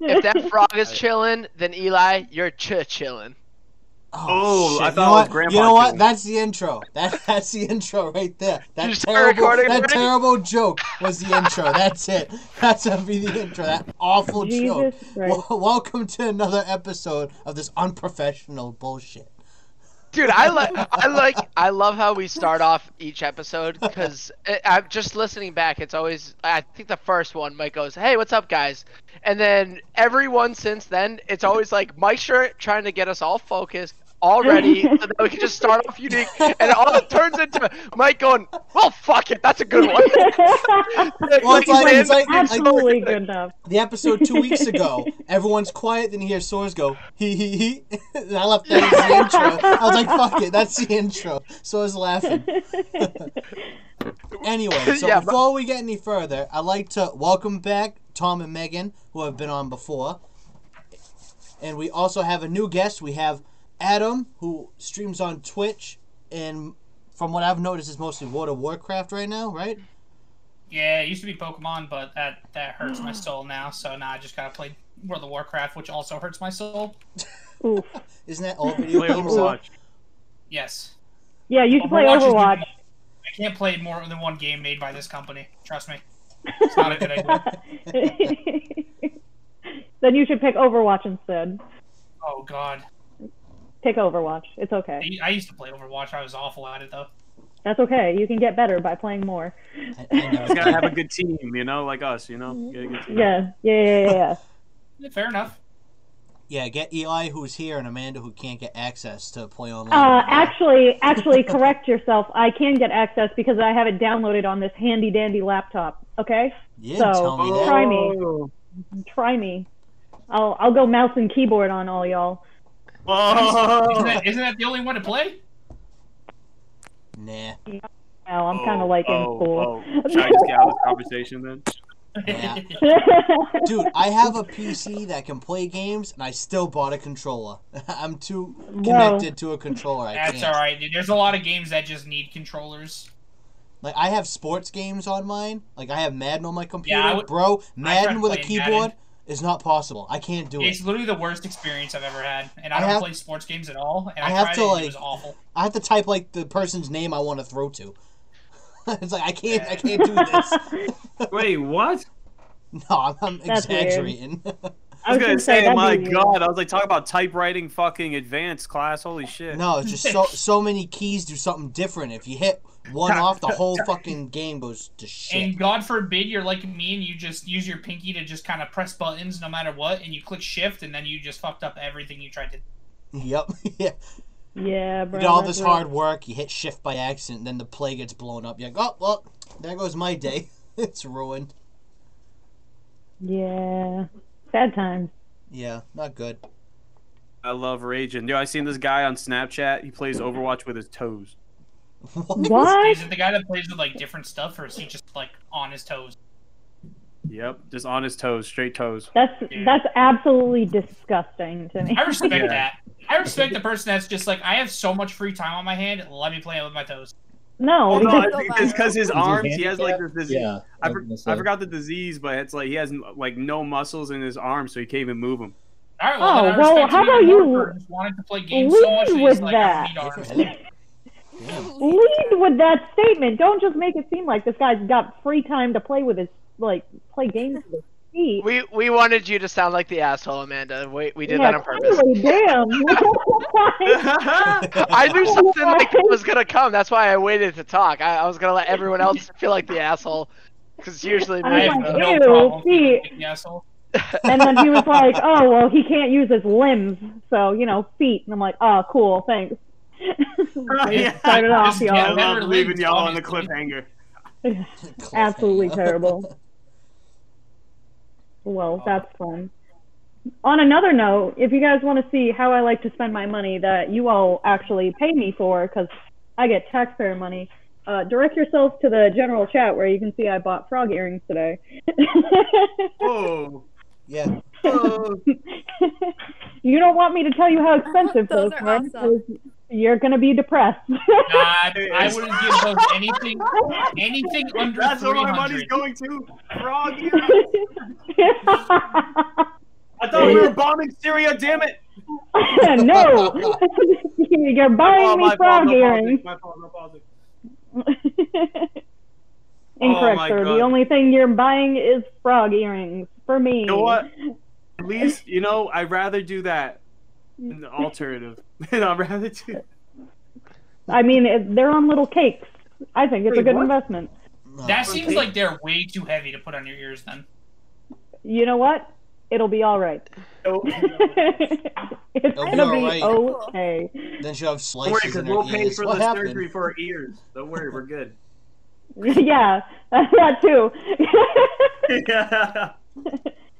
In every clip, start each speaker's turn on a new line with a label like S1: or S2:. S1: If that frog is chilling, then Eli, you're ch chilling.
S2: Oh, I
S3: shit.
S2: thought
S3: you know
S2: it was
S3: what?
S2: grandpa
S3: You know what?
S2: doing it.
S3: That's the intro. That that's the intro right there. That
S1: You start
S3: terrible,
S1: recording
S3: that
S1: already?
S3: terrible joke was the intro. That's it. That's gonna be the intro. That awful joke.
S4: Jesus Christ.
S3: Wel- welcome to another episode of this unprofessional bullshit.
S1: Dude, I like, I like, I love how we start off each episode because I'm just listening back. It's always, I think the first one, Mike goes, "Hey, what's up, guys?" And then everyone since then, it's always like Mike Shirt trying to get us all focused already, so that we can just start off unique, and all it turns into Mike going, "Well, fuck it, that's a good one."
S3: Well, it's like- it's like-
S4: Absolutely good enough.
S3: The episode two weeks ago, everyone's quiet, then you hear Swords go hee hee hee, and I left that as the intro. I was like, "Fuck it, that's the intro." So I was laughing. Anyway, so
S1: Yeah, but-
S3: before we get any further, I'd like to welcome back Tom and Megan, who have been on before. And we also have a new guest. We have Adam, who streams on Twitch, and from what I've noticed, is mostly World of Warcraft right now, right?
S5: Yeah, it used to be Pokemon, but that that hurts
S3: Mm.
S5: my soul now. So now I just gotta play World of Warcraft, which also hurts my soul.
S4: Oof.
S3: Isn't that all video
S2: Play
S3: games?
S2: Overwatch.
S5: Yes.
S4: Yeah, you should play
S5: Overwatch is the-
S4: Overwatch.
S5: I can't play more than one game made by this company. Trust me. It's not a good idea.
S4: then you should pick Overwatch instead.
S5: Oh god.
S4: Pick Overwatch. It's
S5: I
S4: okay.
S5: I used to play Overwatch. I was awful at it though.
S4: That's okay. You can get better by playing more.
S3: I, I know.
S2: He's gotta have a good team, you know, like us, you know. Get a good team.
S4: Yeah, yeah, yeah, yeah. yeah.
S5: Fair enough.
S3: Yeah, get Eli who's here and Amanda who can't get access to play online.
S4: Uh, actually, actually, correct yourself. I can get access because I have it downloaded on this handy dandy laptop. Okay,
S3: yeah,
S4: so-
S3: tell me that.
S4: Try me.
S2: Oh.
S4: try me. I'll I'll go mouse and keyboard on all y'all.
S3: Oh.
S5: Isn't
S2: Whoa.
S5: that, isn't that the only one to play?
S3: Nah.
S4: Now I'm kind of like in
S2: Oh,
S4: school.
S2: oh, oh. Should I just get out of this conversation then?
S3: Yeah. Dude, I have a PC that can play games and I still bought a controller. I'm too connected to a controller. I
S5: That's
S3: can't.
S5: all right, dude. There's a lot of games that just need controllers.
S3: Like I have sports games on mine. Like I have Madden on my computer.
S5: Yeah, I would-
S3: Bro, Madden
S5: tried
S3: with a
S5: playing
S3: keyboard
S5: Madden.
S3: is not possible. I can't do
S5: It's
S3: it.
S5: literally the worst experience I've ever had, and
S3: I
S5: I don't
S3: have-
S5: play sports games at all. And I,
S3: I have
S5: tried
S3: to,
S5: it, and
S3: like-
S5: it was awful.
S3: I have to type like the person's name I want to throw to. it's like I can't I can't do this.
S2: Wait, what?
S3: No, I'm, I'm
S4: That's weird.
S3: exaggerating.
S2: I was gonna
S4: just
S2: say,
S4: saying,
S2: my
S4: that'd be weird.
S2: god, I was like, talk about typewriting fucking advanced class. Holy shit.
S3: No, it's just so so many keys do something different. If you hit one off, the whole fucking game goes to shit.
S5: And God forbid you're like me and you just use your pinky to just kind of press buttons no matter what, and you click shift, and then you just fucked up everything you tried to.
S3: Yep. Yeah.
S4: Yeah, bro.
S3: You did all
S4: that's
S3: this
S4: right.
S3: hard work, you hit shift by accident, then the play gets blown up. You're like, oh well, there goes my day. it's ruined.
S4: Yeah, sad times.
S3: Yeah, not good.
S2: I love raging. Yo, I seen this guy on Snapchat. He plays Overwatch with his toes.
S3: What?
S4: What?
S5: Is it the guy that plays with like different stuff, or is he just like on his toes?
S2: Yep, just on his toes, straight toes.
S4: That's that's absolutely disgusting to me.
S5: I respect
S2: Yeah.
S5: that. I respect the person that's just like, I have so much free time on my hand. Let me play with my toes.
S4: No,
S2: Oh, no,
S4: because
S2: I think it's because his arms. He has like this. this
S6: Yeah.
S2: I,
S6: was
S2: for-
S6: gonna say.
S2: I forgot the disease, but it's like he has like no muscles in his arms, so he can't even move them.
S5: All right. Well,
S4: Oh,
S5: then I
S4: well,
S5: respect
S4: how
S5: him even
S4: about you
S5: more for just wanting to play games so much
S4: lead
S5: that he's
S4: with
S5: like, I
S4: that?
S5: need arms.
S3: Damn.
S4: lead with that statement. Don't just make it seem like this guy's got free time to play with his like play games with his feet.
S1: We we wanted you to sound like the asshole, Amanda. We we did
S4: Yeah,
S1: that on purpose.
S4: anyway, damn.
S1: I knew something like that was gonna come. That's why I waited to talk. I, I was gonna let everyone else feel like the asshole, because usually
S4: I
S5: I
S1: me.
S5: have
S4: like,
S5: no
S4: ew,
S5: problem.
S4: feet.
S5: being an asshole.
S4: and then he was like, "Oh well, he can't use his limbs, so you know, feet." And I'm like, "Oh, cool, thanks." Started off,
S5: Just get
S2: I
S4: y'all.
S2: love leaving y'all on the
S5: Obviously.
S2: cliffhanger.
S4: Absolutely
S3: Cliffhanger.
S4: terrible. Well, that's fun. On another note, if you guys want to see how I like to spend my money that you all actually pay me for, because I get taxpayer money, uh, direct yourself to the general chat where you can see I bought frog earrings today.
S2: Whoa.
S3: Yeah.
S2: Whoa.
S4: you don't want me to tell you how expensive those,
S7: Those are
S4: are,
S7: awesome.
S4: 'cause you're going to be depressed.
S5: Nah, I, I wouldn't give those anything, anything under
S2: That's where
S5: three
S2: my money's
S5: hundred.
S2: going to. Frog. we were bombing Syria, damn it!
S4: no, you're
S2: Oh,
S4: buying me
S2: my fault,
S4: frog
S2: no
S4: earrings.
S2: politics, my fault, no politics. Oh
S4: Incorrect,
S2: my
S4: sir.
S2: God.
S4: The only thing you're buying is frog earrings for me.
S2: You know what? At least, you know, I'd rather do that than the alternative. I'd rather do
S4: I mean, it, they're on little cakes. I think it's
S2: Wait,
S4: a good
S2: what?
S4: investment.
S3: No.
S5: That seems like they're way too heavy to put on your ears. Then
S4: You know what? It'll be all right.
S2: Don't
S4: it's
S3: It'll be
S4: gonna
S3: all
S4: be
S3: right.
S4: okay.
S3: Then she'll have
S2: worry,
S3: slices
S2: because
S3: in her
S2: we'll pay
S3: ears.
S2: for
S3: What
S2: the
S3: happened?
S2: surgery for our ears. Don't worry, we're good.
S4: yeah, that too.
S2: yeah.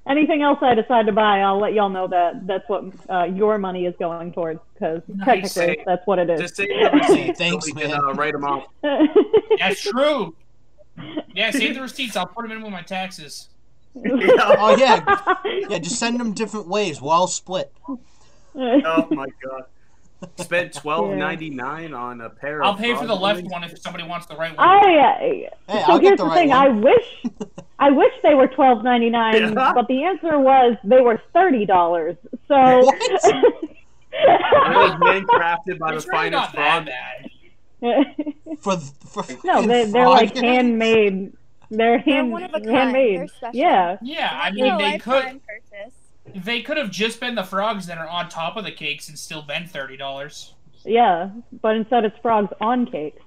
S4: Anything else I decide to buy, I'll let y'all know that that's what uh, your money is going towards because
S5: Nice.
S4: technically that's what it is.
S2: Just save the receipts.
S3: Thanks,
S2: so we
S3: man.
S2: Can, uh, write them off.
S5: that's true. Yeah, save the receipts. I'll put them in with my taxes.
S2: Yeah.
S3: Oh yeah, yeah. Just send them different ways. We're all split.
S2: Oh my god. Spent twelve ninety nine on a pair.
S5: I'll
S2: of
S5: pay for
S2: frog
S5: the left
S2: earrings.
S5: one if somebody wants the right one.
S4: I
S3: Hey,
S4: so
S3: I'll
S4: here's
S3: get the
S4: the,
S3: right
S4: thing. I
S3: one.
S4: wish, I wish they were twelve ninety nine,
S2: Yeah.
S4: but the answer was they were thirty dollars. So
S3: What?
S2: And it was man crafted by the
S5: It's really not
S2: finest
S5: that
S2: frog.
S5: bad.
S3: For th- for
S4: no,
S3: fucking
S4: they, they're
S3: frog
S4: like
S3: ears.
S4: handmade. They're
S6: They're
S4: hand
S6: one of a kind. They're
S4: handmade.
S6: special.
S4: Yeah,
S5: Yeah, I
S6: Once in
S5: mean
S6: a
S5: they could
S6: lifetime purchase.
S5: they could have just been the frogs that are on top of the cakes and still been thirty dollars.
S4: yeah, but instead it's frogs on cakes.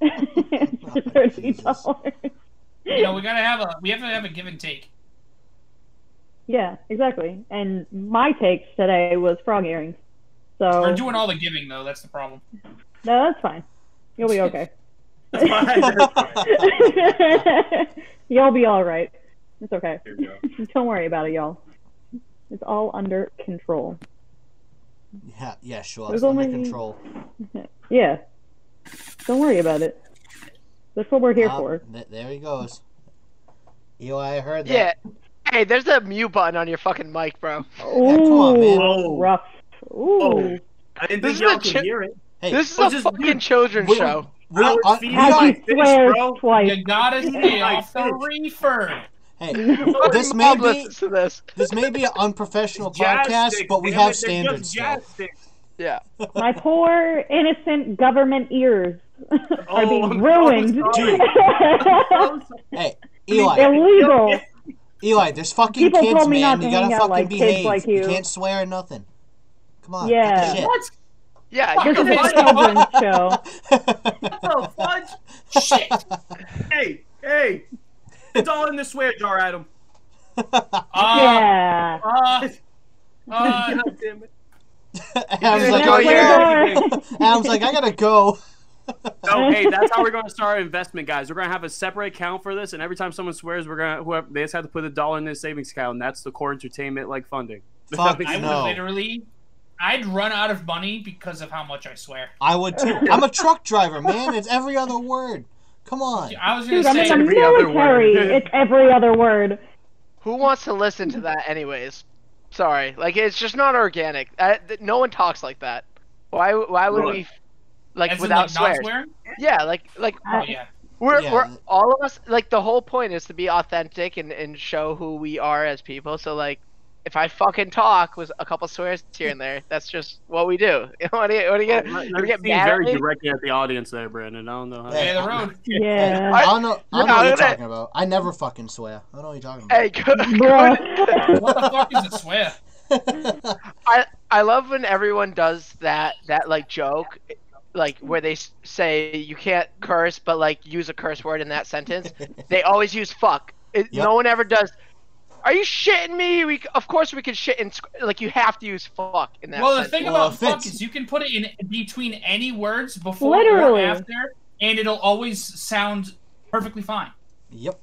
S4: For Thirty
S3: Jesus.
S4: dollars.
S5: You know, we gotta have a we have to have a give and take.
S4: Yeah, exactly. And my takes today was frog earrings.
S5: We're
S4: So
S5: doing all the giving though. That's the problem.
S4: no, that's fine. You'll be okay. Y'all be all right. It's okay.
S2: There you go.
S4: Don't worry about it, y'all. It's all under control.
S3: Yeah, yeah, sure.
S4: There's
S3: It's under
S4: only-
S3: control.
S4: Yeah. Don't worry about it. That's what we're here
S3: Ah,
S4: for.
S3: th- there he goes. Eli, I heard that.
S1: Yeah. Hey, there's a mute button on your fucking mic, bro.
S4: Ooh,
S3: Yeah, come on, man.
S2: Whoa. Oh,
S4: rough. Ooh.
S2: I
S1: This
S2: didn't think
S1: is
S2: y'all
S1: a
S2: could
S1: chi-
S2: hear it.
S3: Hey, oh,
S1: This is
S2: well,
S1: a
S2: just-
S1: fucking children's
S3: we-
S1: show.
S3: We're,
S2: I would
S3: uh,
S2: feed
S3: we
S2: my-
S4: Have
S3: are,
S4: you
S2: fish,
S4: swear
S2: bro.
S4: twice?
S5: You gotta stay off the reefer.
S3: hey, this may
S1: Bob
S3: be
S1: listens to this.
S3: this may be an unprofessional
S2: Jazz
S3: podcast,
S2: sticks,
S3: but we
S2: damn
S3: have
S2: it, they're
S3: standards.
S2: just
S3: still.
S2: jazz sticks.
S1: Yeah.
S4: My poor innocent government ears are
S2: Oh,
S4: being
S2: I'm
S4: ruined.
S2: so sorry.
S3: Hey, Eli,
S4: Illegal.
S3: Eli, there's fucking
S4: People
S3: kids,
S4: told me not
S3: man.
S4: to
S3: you gotta
S4: hang out
S3: fucking
S4: like kids
S3: behave.
S4: like
S3: you.
S4: you.
S3: can't swear or nothing. Come on,
S4: Yeah.
S3: get
S2: What?
S1: Yeah.
S4: This
S1: You're
S4: is
S5: Fuck
S4: a
S5: off.
S4: children's show.
S3: the shit.
S2: Oh, fudge.
S5: Shit.
S2: Hey, hey. It's all in the swear jar, Adam.
S5: Uh,
S4: Yeah.
S5: uh, uh,
S2: God damn it.
S3: Adam's
S1: You're
S3: like,
S1: gonna
S3: I
S1: go
S3: gotta
S4: here.
S3: go. Adam's like, I gotta go.
S2: No, hey, that's how we're going to start our investment, guys. We're going to have a separate account for this, and every time someone swears, we're going to whoever they just have to put a dollar in their savings account, and that's the core entertainment like funding.
S3: Fuck
S5: I would
S3: no.
S5: literally, I'd run out of money because of how much I swear.
S3: I would too. I'm a truck driver, man. It's every other word. Come on.
S5: I was gonna
S4: Dude, I'm
S5: say,
S4: in the
S2: every other word.
S4: military. It's every other word.
S1: Who wants to listen to that, anyways? Sorry, like it's just not organic. Uh, th- no one talks like that. Why? Why would
S2: Really?
S1: we? Like
S5: as in,
S1: without
S5: like,
S1: swears?
S5: not swearing.
S1: Yeah, like like
S4: Uh,
S5: Oh yeah.
S1: we're
S3: Yeah.
S1: we're all of us. Like the whole point is to be authentic and and show who we are as people. So like, if I fucking talk with a couple swears here and there, that's just what we do. what are you, what are you
S2: Let-
S1: gonna,
S2: let
S1: you
S2: me
S1: get
S2: see
S1: mad at
S2: very
S1: me?
S2: directly at the audience there, Brandon. I don't know how.
S5: Way of the road.
S3: Hey,
S4: Yeah.
S3: I don't know. I don't know what
S1: I-
S3: you're talking about. I never fucking swear. I don't know what you're talking about.
S1: Hey, go, go to-
S4: Bruh.
S5: What the fuck is a swear?
S1: I love when everyone does that that like joke, like where they s- say you can't curse but like use a curse word in that sentence. they always use fuck. It,
S3: Yep.
S1: No one ever does. Are you shitting me? We c- of course we can shit in sc- like you have to use fuck in that.
S5: Well, the
S1: sentence.
S5: thing
S3: Well,
S5: about
S3: if
S5: fuck
S3: it's-
S5: is you can put it in between any words before
S4: Literally.
S5: or after, and it'll always sound perfectly fine.
S3: yep.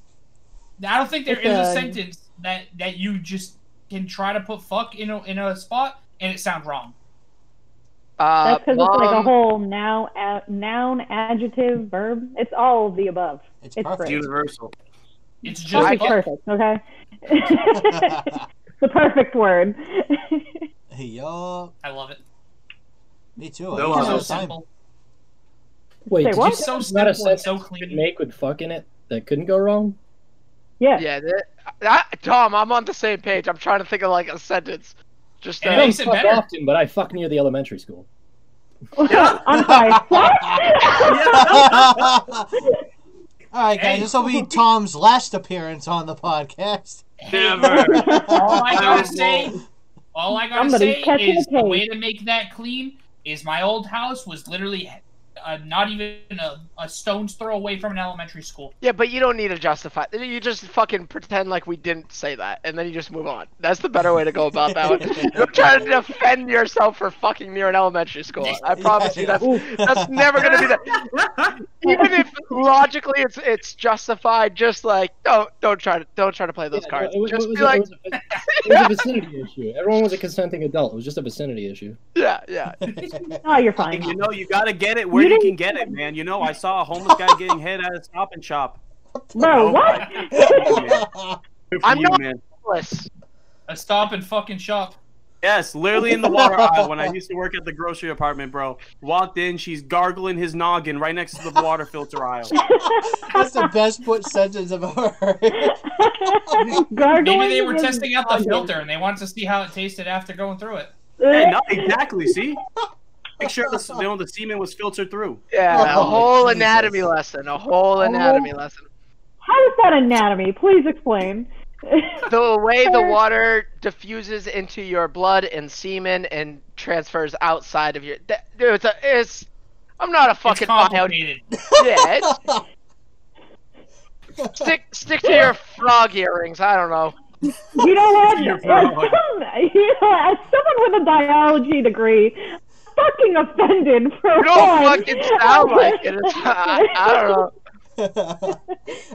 S5: I don't think there is
S4: It's
S5: a
S4: a-
S5: sentence that that you just can try to put fuck in a, in a spot and it sound wrong.
S1: uh,
S4: That's because it's like a
S1: mom-
S4: whole noun, a- noun, adjective, verb. It's all of the above. It's
S3: It's,
S2: It's
S4: great.
S3: perfect.
S2: universal.
S5: It's just
S4: Fuck is
S5: fuck.
S4: perfect, okay? it's the perfect word.
S3: hey, yo.
S5: I love it.
S3: Me too. I
S2: No,
S3: use it
S2: uh,
S3: all
S5: So
S3: the time.
S5: simple.
S7: Wait,
S4: Say
S7: did
S4: what?
S7: you
S5: It's
S7: say
S5: so
S7: there's not a
S5: simple and
S7: sentence
S5: so
S7: you could
S5: clean.
S7: make with fuck in it that couldn't go wrong?
S4: Yeah.
S1: Yeah, that, that- Tom, I'm on the same page. I'm trying to think of like a sentence. Just uh,
S5: And Yeah,
S6: I
S5: he
S6: don't
S5: said
S6: fuck
S5: better.
S6: often, but I fuck near the elementary school.
S4: I'm sorry. What?
S3: All right, guys,
S5: Hey.
S3: this will be Tom's last appearance on the podcast.
S2: Never.
S5: All I
S2: Oh,
S5: gotta say, all I gotta
S4: Somebody
S5: say
S4: catch
S5: is
S4: the
S5: the
S4: case.
S5: way to make that clean is my old house was literally uh, not even a, a stone's throw away from an elementary school.
S1: yeah, but you don't need to justify. You just fucking pretend like we didn't say that, and then you just move on. That's the better way to go about that. One. You're trying to defend yourself for fucking near an elementary school. I promise you, that's
S4: Ooh.
S1: that's never gonna be that. Even if logically it's it's justified, just like don't don't try to don't try to play those
S6: Yeah,
S1: cards.
S6: It was,
S1: just
S6: it was
S1: be
S6: a,
S1: like,
S6: it was a- it was a vicinity issue. Everyone was a consenting adult. It was just a vicinity issue.
S1: yeah, yeah.
S4: No, you're fine.
S2: You know, you gotta get it where
S4: You
S2: you,
S4: didn't-
S2: can get it, man. You know, I saw a homeless guy getting hit at a Stop and Shop.
S4: Bro, what?
S2: Good for
S1: I'm
S2: you,
S1: not-
S2: man.
S1: Bliss.
S5: A stop and fucking shop.
S2: Yes, literally in the water aisle when I used to work at the grocery apartment, bro. Walked in, she's gargling his noggin right next to the water filter aisle.
S3: That's the best put sentence I've ever heard.
S4: Gargling.
S5: Maybe they were
S4: is-
S5: testing out the filter and they wanted to see how it tasted after going through it.
S2: Yeah, no, exactly. See, make sure the, you know, the semen was filtered through.
S1: Yeah,
S3: Oh,
S1: a whole
S3: Jesus.
S1: anatomy lesson. A whole anatomy lesson.
S4: How is that anatomy? Please explain.
S1: The way the water diffuses into your blood and semen and transfers outside of your. That, dude, it's a. It's. I'm not a
S5: It's
S1: fucking bio. Yeah,
S5: complicated.
S1: it's, stick stick to your frog earrings. I don't know.
S4: You know what?
S2: You're
S4: As
S2: wrong.
S4: some- you know, as someone with a biology degree, I'm fucking offended for
S1: You don't fucking sound like it. It's, I, I don't know.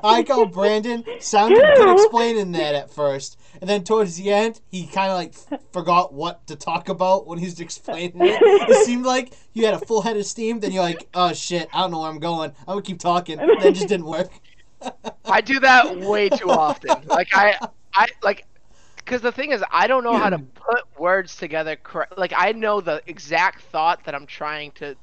S3: I go Brandon sounded good explaining that at first, and then towards the end he kind of like f- forgot what to talk about when he was explaining it. It seemed like you had a full head of steam, then you're like, oh shit, I don't know where I'm going. I'm gonna keep talking. That just didn't work.
S1: I do that way too often. Like I, I like, because the thing is, I don't know how to put words together. Cor- like I know the exact thought that I'm trying to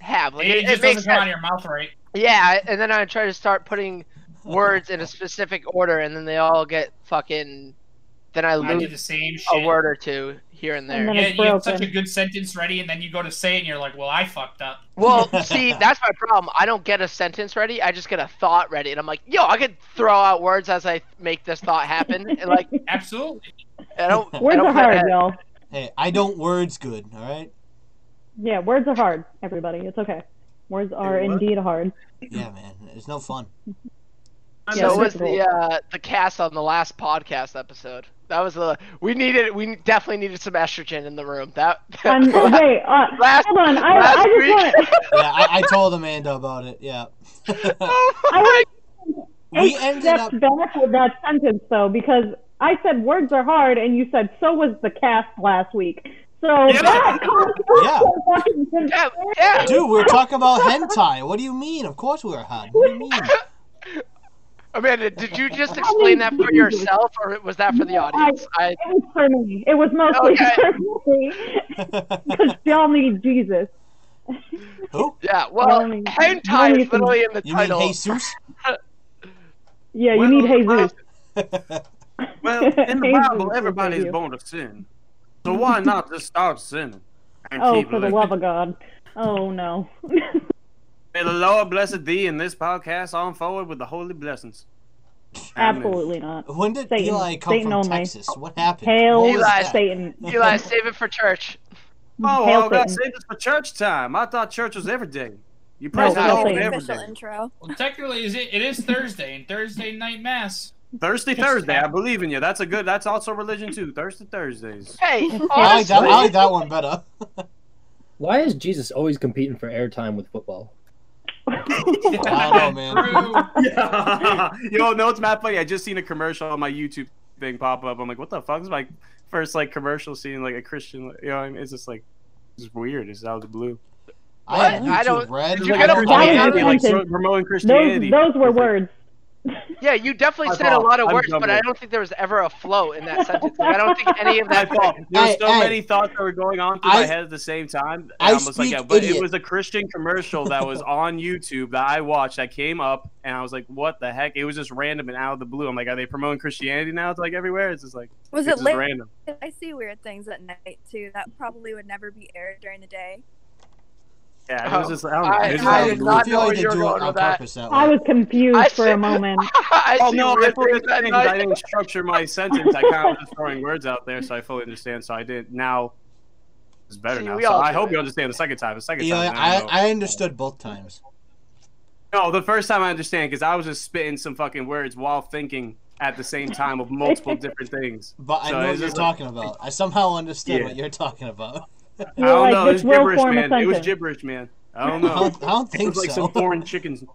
S1: have. Like
S5: It,
S1: it,
S5: just
S1: it makes
S5: doesn't come out
S1: sense.
S5: of your mouth right.
S1: Yeah, and then I try to start putting words in a specific order, and then they all get fucking. Then I
S5: I do
S1: lose
S5: the same shit.
S1: a word or two here and there.
S4: And then
S5: Yeah,
S4: it's
S5: you have such
S4: broken.
S5: a good sentence ready, and then you go to say it, and you're like, "Well, I fucked up."
S1: Well, see, that's my problem. I don't get a sentence ready. I just get a thought ready, and I'm like, yo, I could throw out words as I make this thought happen, and like,
S5: Absolutely.
S1: I don't. I
S4: Words
S1: don't
S4: are
S1: plan
S4: hard,
S1: ahead.
S4: y'all.
S3: Hey, I don't words good. All right.
S4: Yeah, words are hard, everybody. It's okay. Words are
S2: what?
S4: indeed hard.
S3: Yeah, man, it's no fun.
S4: Yeah,
S1: So
S4: it's
S1: was
S4: difficult.
S1: the uh, the cast on the last podcast episode. That was the we needed we definitely needed some estrogen in the room. That
S4: Um, wait, uh,
S1: last
S4: hold on. I,
S1: last
S4: I just
S1: week.
S4: want.
S3: Yeah, I, I told Amanda about it. Yeah.
S1: Oh
S3: We
S4: eight
S3: ended
S4: steps
S3: up.
S4: back with that sentence though, because I said words are hard, and you said so was the cast last week. So
S2: Yeah.
S4: that
S3: Yeah.
S4: fucking
S1: my- yeah, yeah.
S3: Dude, we were talking about hentai. What do you mean? Of course we were hot. What do you mean?
S1: Amanda, did you just explain that for yourself or was that for the
S4: No, I-
S1: audience? I
S4: It was for me. It was mostly
S1: Okay.
S4: for me because y'all need Jesus.
S3: Who?
S1: yeah. Well,
S4: No, I- no,
S1: hentai
S4: you
S1: is literally in the
S3: You mean
S1: title.
S3: Jesus?
S4: Yeah, you
S2: Well,
S4: need Jesus.
S2: Well, in the
S4: Angels
S2: Bible,
S4: will
S2: everybody
S4: save
S2: is
S4: you.
S2: born to sin. So why not just stop sinning? And
S4: Oh,
S2: keep
S4: for the
S2: living?
S4: love of God. Oh no.
S2: May the Lord bless thee in this podcast on forward with the holy blessings. Amen.
S4: Absolutely not.
S3: When did
S4: Satan.
S3: Eli come
S4: Satan
S3: from
S4: only.
S3: Texas? What happened?
S4: Hail
S3: What was
S1: Eli.
S3: that?
S4: Satan.
S1: Eli, save it for church.
S2: Oh,
S4: Hail
S2: well, God
S4: Satan.
S2: save us for church time. I thought church was every day. You praise
S4: No,
S2: the
S4: God
S2: Lord
S4: save
S2: every
S7: Oh, Official
S2: day.
S7: intro.
S5: Well, technically, is it? It is Thursday, and Thursday night mass.
S2: Thursday, Thursday. I believe in you. That's a good. That's also religion too. Thursday, Thursdays.
S1: Hey,
S3: I like that. I
S1: honestly,
S3: like that one better.
S6: Why is Jesus always competing for airtime with football?
S3: I don't know, man.
S5: True.
S2: Yo, no, it's not funny. I just seen a commercial on my YouTube thing pop up. I'm like, what the fuck is my first like commercial seeing like a Christian? You know, what I mean? it's just like. It's weird. It's out of the blue.
S3: I have
S1: What? I
S3: YouTube
S1: don't-
S3: Red.
S1: Did you
S2: Like,
S1: get a
S2: Christianity,
S4: block?
S2: like,
S4: Sentence.
S2: promoting Christianity.
S4: Those, those were
S2: It's like-
S4: words.
S1: Yeah, you definitely
S2: My
S1: said
S2: fault.
S1: a lot of
S2: I'm
S1: words,
S2: dumb
S1: but
S2: here.
S1: I don't think there was ever a flow in that sentence. Like, I don't think any of
S2: My
S1: that.
S2: fault. There were
S3: Hey,
S2: so
S3: hey.
S2: many thoughts that were going on through
S3: I-
S2: my head at the same time.
S3: I
S2: I was like,
S3: speak
S2: yeah, but
S3: idiot.
S2: it was a Christian commercial that was on YouTube that I watched that came up, and I was like, what the heck? It was just random and out of the blue. I'm like, are they promoting Christianity now? It's like everywhere. It's just like
S7: Was
S2: it's
S7: it
S2: just
S7: late?
S2: random.
S7: I see weird things at night too. That probably would never be aired during the day.
S2: Yeah, it was
S1: Oh,
S2: just. I don't know.
S1: I-
S2: It was
S1: I
S2: out of
S1: did
S2: the blue.
S1: not know
S3: like
S1: where
S3: they
S1: you were
S3: do
S1: going
S3: it on
S1: with that.
S3: purpose that way.
S4: I was confused
S1: I
S4: for
S1: see-
S4: a moment.
S1: I
S2: Oh
S1: see
S2: no! I
S1: weird
S2: fully
S1: things at
S2: understand. 'cause I
S1: night.
S2: didn't structure my sentence. I kind of was throwing words out there, so I fully understand. So I didn't. Now it's better
S1: See,
S2: now.
S1: we
S2: So
S1: all
S2: I
S1: do
S2: hope
S1: it.
S2: you understand the second time. The second
S3: Yeah,
S2: time. now know.
S3: I, I understood both times.
S2: No, the first time I understand because I was just spitting some fucking words while thinking at the same time of multiple different things.
S3: But I
S2: So
S3: know what
S2: it's
S3: you're
S2: just like-
S3: talking about. I somehow understood
S2: Yeah.
S3: what you're talking about.
S2: I
S4: You're
S2: don't
S4: like,
S2: know. Oh, It
S4: this
S2: was
S4: will
S2: gibberish,
S4: form a
S2: man. It was
S4: sentence.
S2: gibberish, man. I don't
S3: I
S2: know.
S3: don't, I don't
S2: it
S3: think
S2: was like
S3: so.
S2: some foreign chicken.
S3: Dude,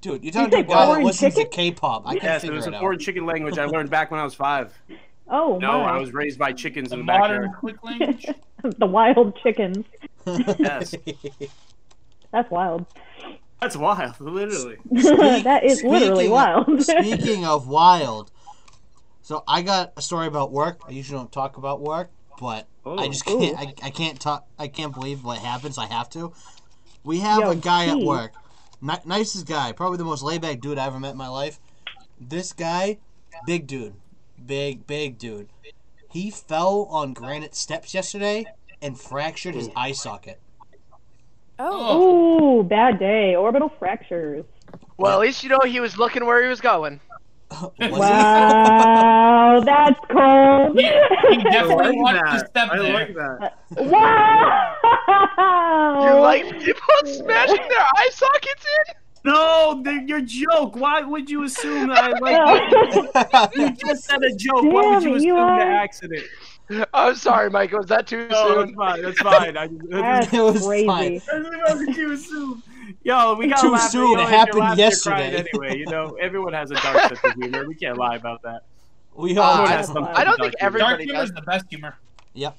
S3: you're
S4: You
S3: talking to a
S4: think
S3: guy that
S4: foreign
S3: listens
S4: chicken?
S3: to K-pop. I can
S2: Yes, it
S3: figure
S2: was
S3: it
S2: a
S3: out.
S2: foreign chicken language I learned back when I was five.
S4: Oh
S2: No,
S4: my!
S2: I was raised by chickens
S5: The
S2: in the
S5: modern
S2: backyard.
S5: quick language.
S4: the wild chickens.
S2: Yes.
S4: That's wild.
S2: That's wild, literally.
S4: that is literally
S3: speaking-
S4: wild.
S3: Speaking of wild, so I got a story about work. I usually don't talk about work, but
S2: Oh,
S3: I just can't. I, I can't talk. I can't believe what happens. I have to. We have
S4: Yo,
S3: a guy at
S4: Steve.
S3: work, ni- nicest guy, probably the most laid back dude I ever met in my life. This guy, big dude, big big dude. He fell on granite steps yesterday and fractured his eye socket.
S7: Oh,
S5: Oh,
S4: Ooh, bad day. Orbital fractures.
S1: Well, at least you know he was looking where he was going.
S3: Was he-
S4: Wow, that's cold.
S5: he, he definitely wanted to step
S2: I
S5: there.
S2: like that.
S4: wow.
S1: You like people smashing their eye sockets in?
S2: No, the, your joke. Why would you assume that I like it?
S4: Oh.
S2: You just said a joke. Why would
S4: Damn, you
S2: you assume
S4: are-
S2: the accident?
S1: I'm sorry, Mike. Was that too
S2: No, that's
S1: soon?
S2: fine. That's fine. I just,
S4: that's
S3: It was
S4: crazy.
S3: fine.
S2: too soon. Yo, we got
S3: Too
S2: to laugh at
S3: soon.
S2: you.
S3: It
S2: If
S3: happened
S2: you're laughing, you're crying
S3: yesterday.
S2: Anyway, you know, everyone has a dark sense of humor. We can't lie about that.
S3: we
S1: Uh,
S3: all.
S2: Everyone
S1: I-
S2: has some
S4: I
S1: I
S2: type of
S1: don't think
S2: dark humor.
S5: Dark
S1: everybody
S5: humor is
S1: does.
S5: the best humor.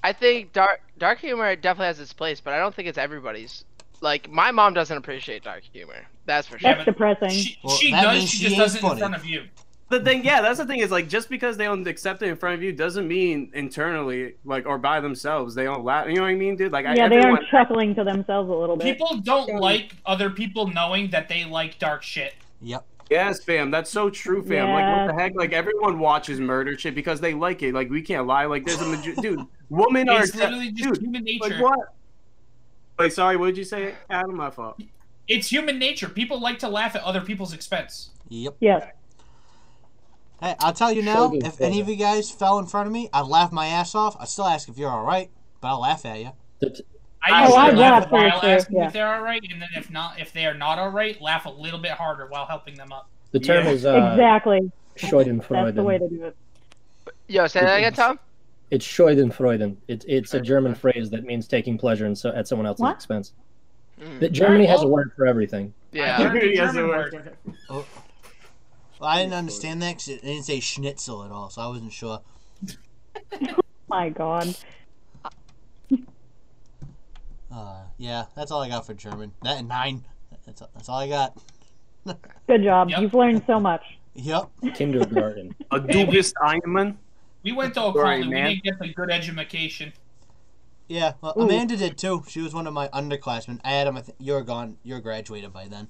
S1: I think dark dark humor definitely has its place, but I don't think it's everybody's. Like my mom doesn't appreciate dark humor. That's for sure.
S4: That's depressing.
S5: She,
S3: Well,
S5: she
S3: that
S5: does.
S3: means
S5: She
S3: she
S5: just
S3: ain't
S5: does it in
S3: funny.
S5: front of you.
S2: The thing, yeah, that's the thing is like just because they don't accept it in front of you doesn't mean internally, like or by themselves, they don't laugh. You know what I mean, dude? Like, I,
S4: yeah, they
S2: everyone,
S4: aren't chuckling to themselves a little bit.
S5: People don't like other people knowing that they like dark shit.
S3: Yep.
S2: Yes, fam. That's so true, fam. Like, what the heck? Like, everyone watches murder shit because they like it. Like, we can't lie. Like, there's a major- dude. Women are
S5: It's literally just
S2: dude,
S5: human nature.
S2: like what? Like, sorry, what did you say, Adam? My fault.
S5: It's human nature. People like to laugh at other people's expense.
S3: Yep.
S4: Yes.
S3: Hey, I'll tell you now,
S6: Shoulder
S3: if any of you guys fell in front of me, I'd laugh my ass off. I'd still ask if you're all right, but I'll laugh at you.
S5: I
S4: Oh, I
S5: usually laugh
S4: laugh
S5: while
S4: first, yeah.
S5: asking
S4: Yeah.
S5: if they're all right, and then if not, if they are not all right, laugh a little bit harder while helping them up.
S6: The term
S2: Yeah.
S6: is uh,
S4: exactly. That's the way
S6: Schadenfreude.
S4: to do it.
S1: Yo, say that again, Tom.
S6: It's Schadenfreude. It's it's a German phrase that means taking pleasure in so, at someone else's
S4: What?
S6: expense.
S1: Mm.
S6: That Germany has a
S5: Well-
S6: word for everything.
S5: I
S1: Yeah.
S5: learned a
S2: Yes, it
S5: German
S2: worked.
S5: word.
S3: Well, I didn't understand that 'cause it didn't say schnitzel at all, so I wasn't sure.
S4: My God.
S3: Uh, yeah, that's all I got for German. That and nine. That's, that's all I got.
S4: Good job.
S5: Yep.
S4: You've learned so much.
S3: Yep.
S6: Kindergarten.
S2: A dubist Ironman.
S5: We went to
S2: Sorry,
S5: Oklahoma. We
S2: man.
S5: didn't get the good education.
S3: Yeah, well,
S4: Ooh.
S3: Amanda did too. She was one of my underclassmen. Adam, I think you're gone. You're graduated by then.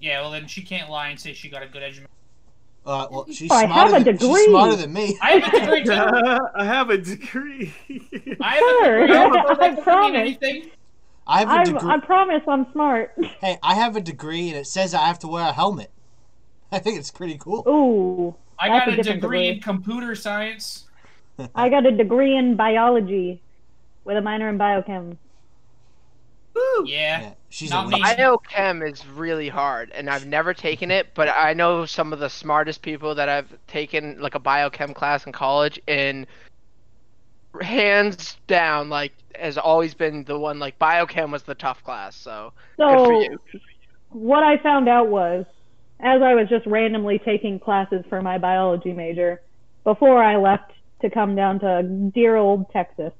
S5: Yeah, well then she can't lie and say she got a good education.
S3: Uh, well, she's
S4: I have
S3: smarter,
S4: a
S3: than, she's
S4: degree.
S3: smarter than me.
S5: I have a degree too.
S2: I have a degree.
S5: I have a
S4: Sure.
S5: degree. That
S4: I
S5: doesn't mean
S4: promise.
S5: anything.
S3: I have a
S4: I,
S3: degree.
S4: I promise I'm smart.
S3: Hey, I have a degree, and it says I have to wear a helmet. I think it's pretty cool.
S4: Ooh,
S5: I
S4: That's
S5: got
S4: a
S5: a
S4: different
S5: degree in
S4: degree.
S5: computer science.
S4: I got a degree in biology with a minor in biochem.
S5: Yeah.
S3: Yeah, she's
S5: Not
S3: a
S5: me.
S3: witch.
S1: Biochem is really hard, and I've never taken it, but I know some of the smartest people that I've taken like a biochem class in college, and hands down, like has always been the one. Like biochem was the tough class, so good for
S4: So
S1: you.
S4: what I found out was, as I was just randomly taking classes for my biology major before I left to come down to dear old Texas,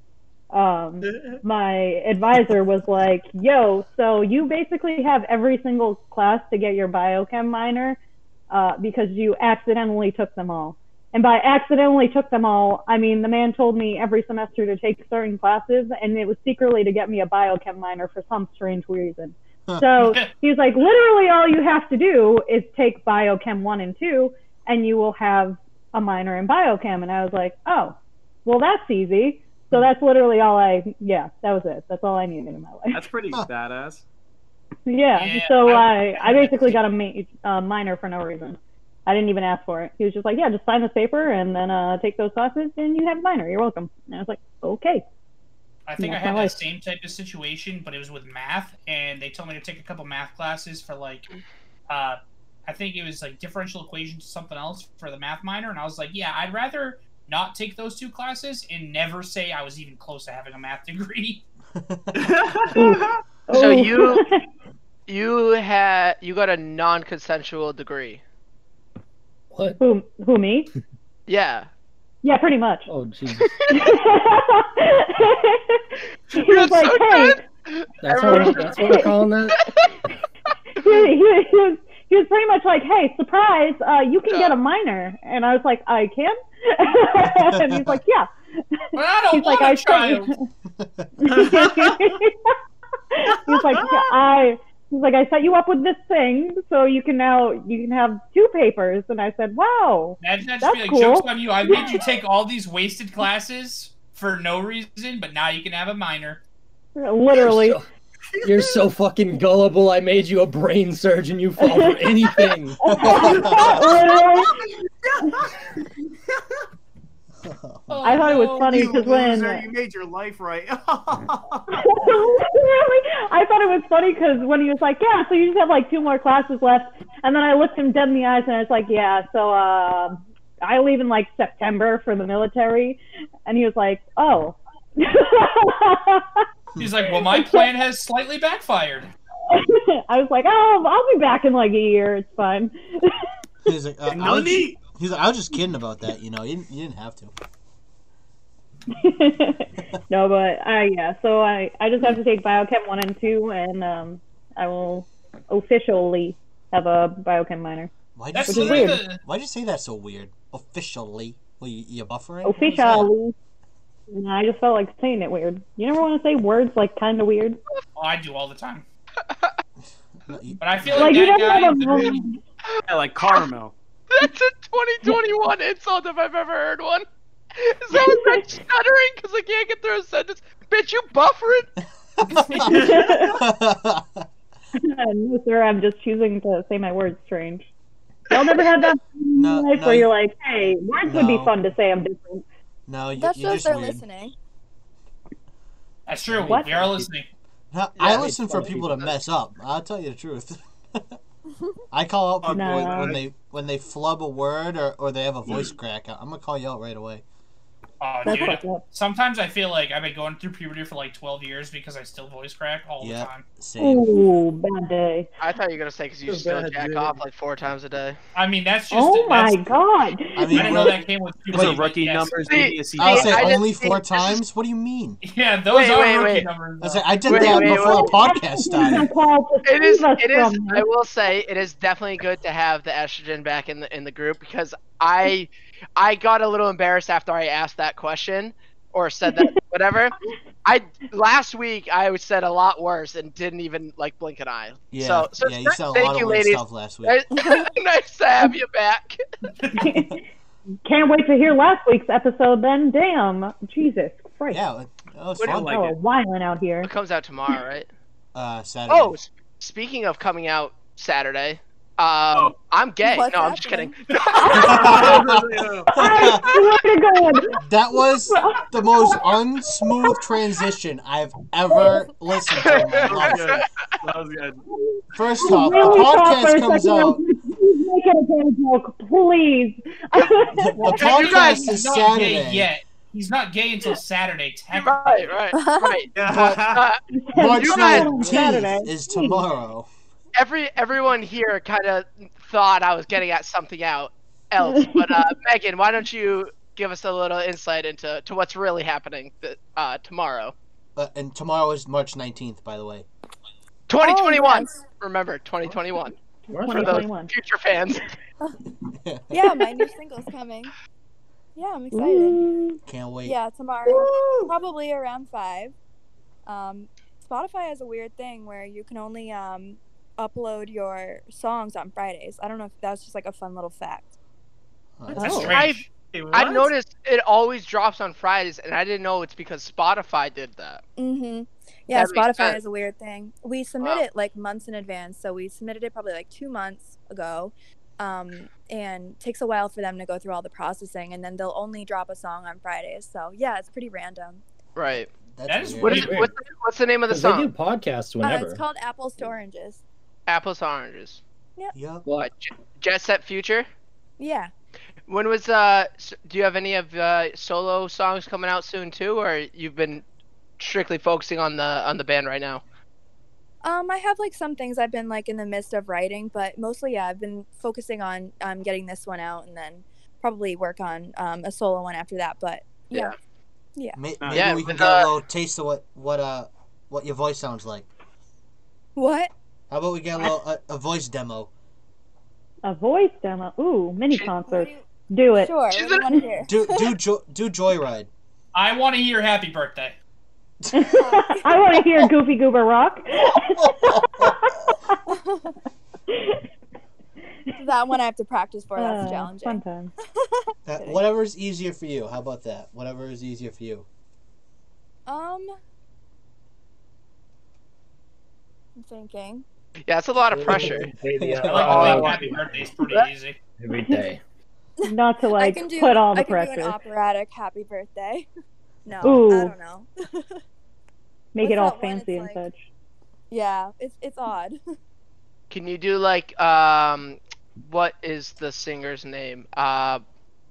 S4: um, my advisor was like, "Yo, so you basically have every single class to get your biochem minor uh, because you accidentally took them all." And by accidentally took them all, I mean the man told me every semester to take certain classes, and it was secretly to get me a biochem minor for some strange reason. So he's like, literally, all you have to do is take biochem one and two, and you will have a minor in biochem. And I was like, oh, well, that's easy. So that's literally all I, yeah, that was it. That's all I needed in my life.
S2: That's pretty
S3: Huh.
S2: badass.
S4: Yeah.
S5: Yeah,
S4: so
S5: I-
S4: I, I basically got a ma- uh, minor for no reason. I didn't even ask for it. He was just like, yeah, just sign this paper and then uh, take those classes, and you have a minor. You're welcome. And I was like, okay.
S5: I think I
S4: That's
S5: had
S4: Oh my
S5: that
S4: life.
S5: same type of situation, but it was with math, and they told me to take a couple math classes for like, uh, I think it was like differential equations to something else for the math minor, and I was like, yeah, I'd rather not take those two classes and never say I was even close to having a math degree.
S1: So
S4: Ooh.
S1: you- You had you got a non-consensual degree.
S6: What?
S4: who, who, me?
S1: Yeah.
S4: Yeah, pretty much.
S6: Oh Jesus!
S4: he was
S1: That's
S4: like,
S1: so
S4: hey,
S1: good.
S6: That's, how we're, that's what we're calling that.
S4: he, he, he, was, he was pretty much like, hey, surprise, uh, you can get a minor. And I was like, I can? and he's like, yeah.
S5: But I don't
S4: He's like,
S5: want
S4: I
S5: a child.
S4: sent you. he's like, I. He's like, I set you up with this thing, so you can now you can have two papers. And I said, wow.
S5: Imagine that just
S4: That's
S5: be like
S4: cool.
S5: jokes on you. I made you take all these wasted classes for no reason, but now you can have a minor.
S4: Literally.
S6: You're so, you're so fucking gullible. I made you a brain surgeon. You fall for anything.
S4: Oh, Literally. I thought it
S5: Oh,
S4: was funny
S2: You
S4: because when uh,
S2: loser, you made your life right. Uh,
S4: Really? I thought it was funny because when he was like, "Yeah, so you just have like two more classes left," and then I looked him dead in the eyes and I was like, "Yeah, so uh, I leave in like September for the military," and he was like, "Oh." I
S5: He's like, well, my plan has slightly backfired.
S4: was like, "Oh, I'll be back in like a year. It's fine."
S3: He's like, uh, I
S2: no
S3: was just,
S2: need.
S3: he's like, I was just kidding about that. You know, you didn't, you didn't have to.
S4: no, but I yeah. So I I just have to take biochem one and two, and um, I will officially have a biochem minor.
S3: Why did
S5: That's
S3: you
S4: Which
S3: say
S4: is
S5: literally
S3: that?
S4: weird.
S5: the.
S3: Why'd you say that so weird? Officially, well, you, you buffering?
S4: Oh,
S3: What was that?
S4: Officially. No, I just felt like saying it weird. You never want to say words like kind of weird.
S5: Oh, I do all the time.
S3: No, you-
S5: But I feel like,
S4: Like you
S5: that
S4: don't
S5: guy.
S4: have
S5: is
S4: a
S5: the-
S4: room.
S2: Yeah, like caramel.
S1: That's a 2021 insult if I've ever heard one. Is that what I'm stuttering because I can't get through a sentence? Bitch, you buffer it.
S4: no, sir, I'm just choosing to say my words strange. Y'all never had that in
S3: No,
S4: life
S3: no,
S4: where
S3: you-
S4: you're like, hey, words would be
S3: No.
S4: fun to say. I'm different.
S3: no, you,
S7: That
S3: you're
S7: shows
S3: just
S7: they're
S3: weird.
S7: listening.
S5: That's true.
S4: What?
S5: We are listening.
S3: No, I
S6: Yeah,
S3: listen
S6: it's
S3: for
S6: funny.
S3: people to mess up. I'll tell you the truth. I call out people
S4: No.
S3: when, when they when they flub a word or, or they have a voice crack. I'm gonna call you out right away.
S5: Oh,
S4: That's
S5: dude.
S4: fucked up.
S5: Sometimes I feel like I've been going through puberty for like 12 years because I still voice crack all
S3: Yeah.
S5: the time.
S3: Same.
S4: Ooh, bad day.
S1: I thought you were gonna say because you
S2: So
S1: still
S2: bad,
S1: jack
S2: dude.
S1: off like four times a day.
S5: I mean, that's just.
S4: Oh my
S5: that's-
S4: god.
S3: I
S5: I
S3: mean,
S5: didn't know
S3: well,
S5: that came with
S2: Those
S5: puberty.
S2: are
S5: but
S2: rookie
S5: yes.
S2: numbers.
S1: See,
S2: ADSE.
S3: I'll
S1: Yeah,
S3: say
S1: I just
S3: only
S1: think
S3: four
S1: this is-
S3: times. What do you mean?
S5: Yeah, those
S1: Wait,
S5: are
S1: wait,
S5: rookie
S1: wait.
S5: numbers.
S3: I
S5: though.
S3: say I did
S1: Wait,
S3: that
S1: wait,
S3: before
S1: wait.
S3: the podcast started.
S1: It is. It is. I will say it is definitely good to have the estrogen back in the in the group because I, I got a little embarrassed after I asked that question or said that whatever. I last week I said a lot worse and didn't even like blink an eye.
S3: Yeah,
S1: So, so
S3: yeah, you said a
S1: thank
S3: lot of
S1: you,
S3: weird
S1: ladies.
S3: stuff last week.
S1: nice to have you back.
S4: Can't wait to hear last week's episode then. Damn. Jesus Christ.
S3: Yeah, it- that was
S1: What do you
S3: fun.
S2: like?
S4: oh,
S2: it.
S4: whiling out here.
S1: It comes out tomorrow, right?
S3: Uh, Saturday.
S1: Oh, s- speaking of coming out Saturday, um,
S2: Oh.
S1: I'm gay.
S7: What's
S1: no, I'm just kidding.
S7: happening?
S1: Oh,
S4: I swear to God.
S3: that was the most unsmooth transition I've ever listened to. In my life.
S2: That was good. That was good.
S3: First
S4: I
S3: off, the
S4: really thought for
S3: podcast
S4: a
S3: comes
S4: second, I
S3: out.
S4: was like, Please make it a gay joke, please.
S3: The
S5: You guys,
S3: podcast is
S5: he's not
S3: Saturday.
S5: gay yet. He's not gay until Saturday, technically.
S1: right, right, right.
S2: Yeah.
S3: March
S1: You guys-
S3: 19th is tomorrow.
S1: Every everyone here kind of thought I was getting at something out else, but uh, Megan, why don't you give us a little insight into to what's really happening th- uh, tomorrow.
S3: Uh, and tomorrow is March 19th, by the way.
S1: 2021.
S7: Oh, yes.
S1: Remember, 2021 for those
S4: 2021.
S1: future fans.
S7: Yeah, my new single's coming. Yeah, I'm excited.
S4: Ooh.
S3: Can't wait.
S7: Yeah, tomorrow. Probably around five. Um, Spotify has a weird thing where you can only um, upload your songs on Fridays. I don't know if that's just like a fun little fact.
S3: Uh,
S5: That's
S3: that's-
S1: Oh.
S5: strange.
S1: I noticed it always drops on Fridays, and I didn't know it's because Spotify did that.
S7: Mm-hmm. Yeah,
S1: That makes
S7: Spotify
S1: sense.
S7: is a weird thing. We submit
S1: Wow.
S7: it like months in advance, so we submitted it probably like two months ago, um, and takes a while for them to go through all the processing, and then they'll only drop a song on Fridays. So yeah, it's pretty random.
S1: Right.
S3: that's
S5: That is
S3: weird.
S1: What is,
S6: Weird.
S1: what's, the- what's the name of the
S6: 'Cause they
S1: song?
S6: do podcasts
S7: Uh,
S6: whenever.
S7: it's called Apples to Oranges.
S1: Apples to Oranges.
S3: Yep.
S6: What?
S1: Jet Set Future.
S7: Yeah.
S1: When was uh? s- Do you have any of uh solo songs coming out soon too, or you've been strictly focusing on the on the band right now?
S7: Um, I have like some things I've been like in the midst of writing, but mostly yeah, I've been focusing on um, getting this one out, and then probably work on um, a solo one after that. But yeah,
S3: May-
S2: Uh,
S3: Maybe
S1: yeah,
S3: we can
S1: with,
S3: get a
S1: uh,
S3: little taste of what what uh what your voice sounds like.
S7: what?
S3: How about we get a little a, a voice demo?
S4: A voice demo. Ooh, mini concert.
S7: Sure.
S4: Do
S7: What
S4: it.
S7: do you
S1: She's
S7: want to hear?
S3: Do do jo- do Joyride.
S5: I want to hear Happy Birthday.
S4: I want to hear Goofy Goober Rock.
S7: that one I have to practice for. That's
S4: Uh,
S7: challenging.
S4: Fun time.
S3: That, whatever is easier for you. How about that? Whatever is easier for you.
S7: Um, I'm thinking.
S1: Yeah, it's a lot of pressure.
S5: I like to
S6: Oh,
S5: think Happy Birthday is pretty easy.
S6: every day.
S4: Not to like
S7: I can do.
S4: put on the
S7: I can do an
S4: pressure.
S7: operatic Happy Birthday. No, I
S4: Ooh.
S7: don't know.
S4: Make
S7: what's
S4: it all
S7: that one? It's
S4: fancy and
S7: like-
S4: such.
S7: Yeah, it's it's odd.
S1: Can you do like um, what is the singer's name? Uh,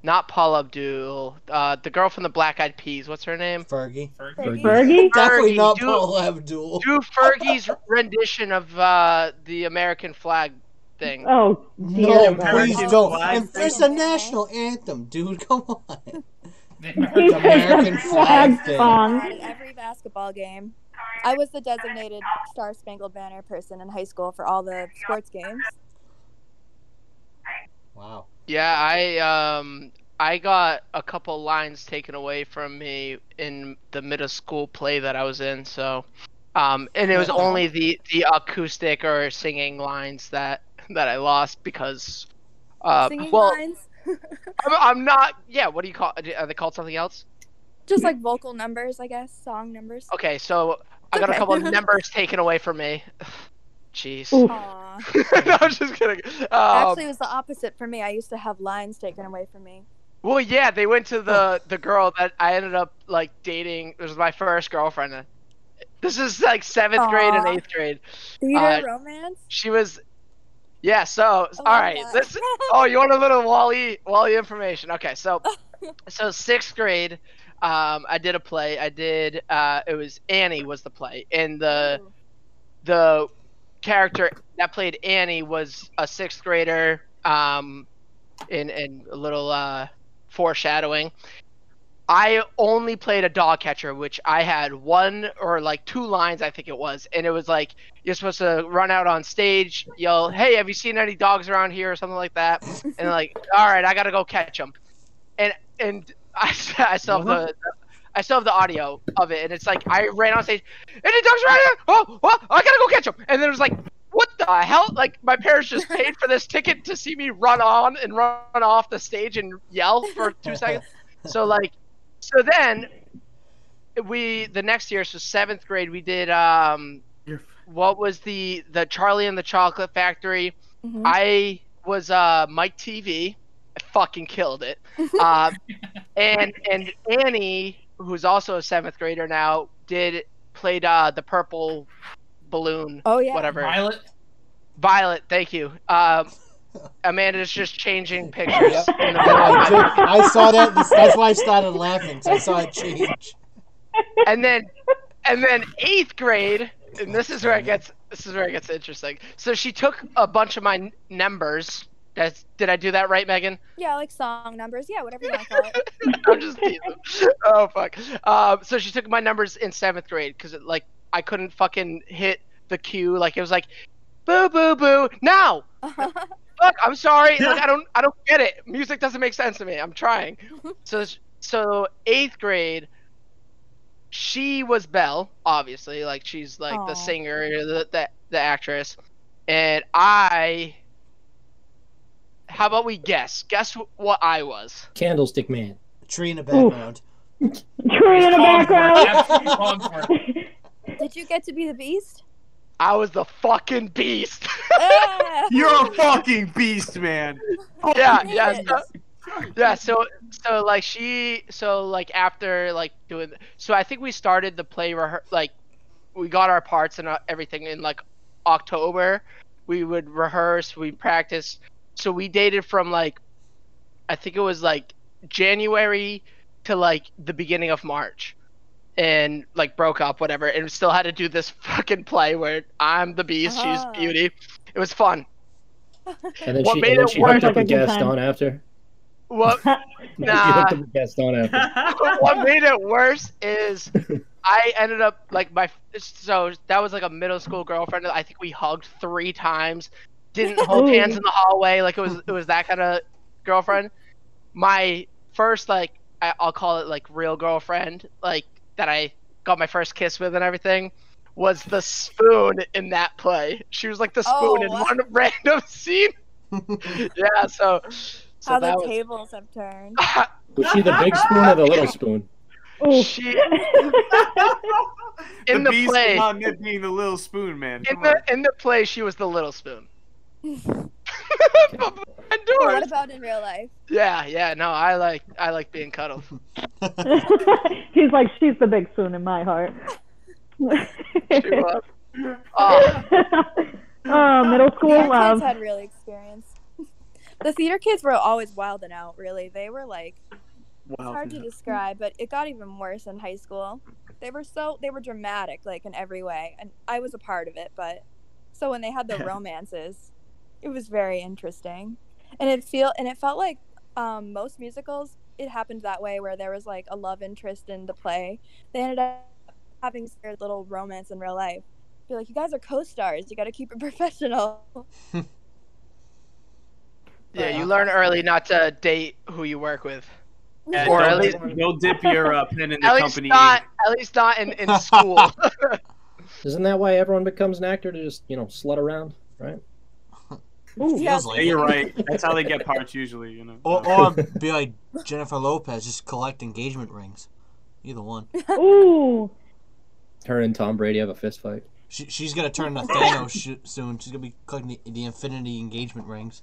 S1: not Paul Abdul. Uh, the girl from the Black Eyed Peas. What's her name?
S3: Fergie.
S5: Fergie.
S4: Fergie?
S3: Definitely not
S1: do-
S3: Paul Abdul.
S1: Do Fergie's rendition of uh the American flag thing.
S4: Oh, dear
S3: No,
S4: Lord.
S3: please
S7: American
S3: don't.
S2: flag
S3: And
S7: thing.
S3: there's a national anthem, dude. Come on.
S4: He
S5: The
S4: says
S3: American
S4: the
S3: flag
S4: flag
S3: thing.
S7: At
S4: song.
S7: every basketball game. I was the designated Star Spangled Banner person in high school for all the sports games.
S3: Wow.
S1: Yeah, I um I got a couple lines taken away from me in the middle school play that I was in, so um and it was
S3: Yeah.
S1: only the the acoustic or singing lines that that I lost because uh
S7: Singing
S1: well
S7: lines,
S1: I'm, I'm not yeah, what do you call are they called something else?
S7: just like vocal numbers, I guess, song numbers.
S1: Okay, so I got a
S7: Okay.
S1: couple of numbers taken away from me. Jeez.
S4: Oof.
S1: Uh,
S7: Aw.
S1: no, I'm just kidding. Um,
S7: Actually, it was the opposite for me. I used to have lines taken away from me.
S1: Well, yeah, they went to the the girl that I ended up like dating. It was my first girlfriend. This is like seventh grade and
S7: Aw.
S1: eighth grade.
S7: Theater romance.
S1: She was, yeah. So
S7: I
S1: all
S7: love
S1: right,
S7: that.
S1: listen. Oh, you want a little Wally Wally information? Okay, so so sixth grade, um, I did a play. I did. Uh, it was Annie was the play, and the
S7: Ooh.
S1: the character that played Annie was a sixth grader, um, in in a little uh, foreshadowing. I only played a dog catcher, which I had one or like two lines, I think it was, and it was like you're supposed to run out on stage, yell, "Hey, have you seen any dogs around here?" or something like that, and like, "All right, I gotta go catch them," and and I, I still have the. I still have the audio of it, and it's like I ran on stage. Any dogs around here? Oh, oh, I gotta go catch them. And then it was like, what the hell? Like my parents just paid for this ticket to see me run on and run off the stage and yell for two seconds. So like, so then we the next year, so seventh grade, we did um, what was the the Charlie and the Chocolate Factory?
S7: Mhm.
S1: I was uh, Mike TV. I fucking killed it. Uh, and and Annie, who's also a seventh grader now, did played uh, the purple balloon,
S7: oh yeah.
S1: whatever. Violet.
S5: Violet.
S1: thank you. Um, Amanda is just changing pictures.
S3: Yep.
S1: in the middle
S3: I,
S1: of my-
S3: did- I saw that. That's why I started laughing. 'cause I saw it change.
S1: and then and then eighth grade and this is where it gets this is where it gets interesting so she took a bunch of my n- numbers That's, did I do that right, Megan?
S7: Yeah, like song numbers. Yeah, whatever you want to call it.
S1: I'm just teasing. oh fuck. Um, so she took my numbers in seventh grade because like I couldn't fucking hit the cue. Like it was like, boo boo boo. Now, fuck. I'm sorry. Like I don't I don't get it. Music doesn't make sense to me. I'm trying. So so eighth grade. She was Belle, obviously. Like she's like
S7: Aw.
S1: the singer, the, the the actress, and I. How about we guess? Guess wh- what I was.
S6: Candlestick man.
S3: Tree in the background.
S4: Tree in the
S5: Absolute
S4: background.
S5: Cogsworth.
S7: Did you get to be the beast?
S1: I was the fucking beast.
S7: Ah!
S2: You're a fucking beast, man.
S1: yeah,
S7: Fucking
S1: yeah,
S7: idiot.
S1: so, yeah. So, so like she, so like after like doing, so I think we started the play rehe- like we got our parts and uh, everything in like October. We would rehearse, we practiced. So we dated from like, I think it was like January to like the beginning of March, and like broke up, whatever, and still had to do this fucking play where I'm the beast,
S7: Ah.
S1: she's beauty. It was fun.
S6: And then
S1: What
S6: she,
S1: made
S6: and then
S1: it
S6: she
S4: worse?
S6: hooked up
S4: Like a
S6: with
S4: good time.
S6: Gaston after.
S1: Well,
S6: She
S1: Nah.
S6: hooked up with Gaston after.
S1: what made it worse is I ended up like my so that was like a middle school girlfriend. I think we hugged three times, didn't hold
S4: Ooh.
S1: hands in the hallway. Like it was it was that kind of girlfriend. My first like I, I'll call it like real girlfriend like that I got my first kiss with and everything was the spoon in that play. She was like the spoon in
S7: Oh.
S1: one random scene. Yeah, so so
S7: How
S1: that
S7: the
S1: was.
S7: tables have turned.
S6: Was she the big spoon or the little spoon?
S4: Ooh.
S1: She
S2: the,
S1: in the,
S2: beast
S1: play.
S2: is not meant being the little spoon, man.
S1: In
S2: Come on.
S1: the in the play, she was the little spoon. Behind
S7: But what
S1: doors.
S7: about in real life?
S1: Yeah, yeah. No, I like I like being cuddled.
S4: She's like, she's the big spoon in my heart. Uh,
S1: She was. Oh,
S4: oh, middle school
S7: theater
S4: love.
S7: kids had really experience. the theater kids were always wild and out. Really, they were like it's
S2: Wow.
S7: hard to describe, but it got even worse in high school. They were so they were dramatic, like in every way, and I was a part of it. But so when they had the romances, it was very interesting, and it feel and it felt like um, most musicals it happened that way, where there was like a love interest in the play. They ended up having this weird little romance in real life. Be like, you guys are co-stars. You got to keep it professional.
S1: yeah. You learn early not to date who you work with.
S2: Yeah,
S1: Or at
S2: don't,
S1: least-
S2: don't dip your uh, pen in the
S1: At least
S2: company.
S1: not at least not in in school.
S6: Isn't that why everyone becomes an actor to just you know slut around, right?
S4: Ooh.
S7: Yeah.
S3: Feels
S2: Yeah,
S3: like it.
S2: you're right. That's how they get parts usually, you know.
S3: Or, or be like Jennifer Lopez, just collect engagement rings. Either one.
S4: Ooh.
S6: Her and Tom Brady have a fist fight.
S3: She, she's gonna turn into Thanos sh- soon. She's gonna be collecting the, the Infinity engagement rings.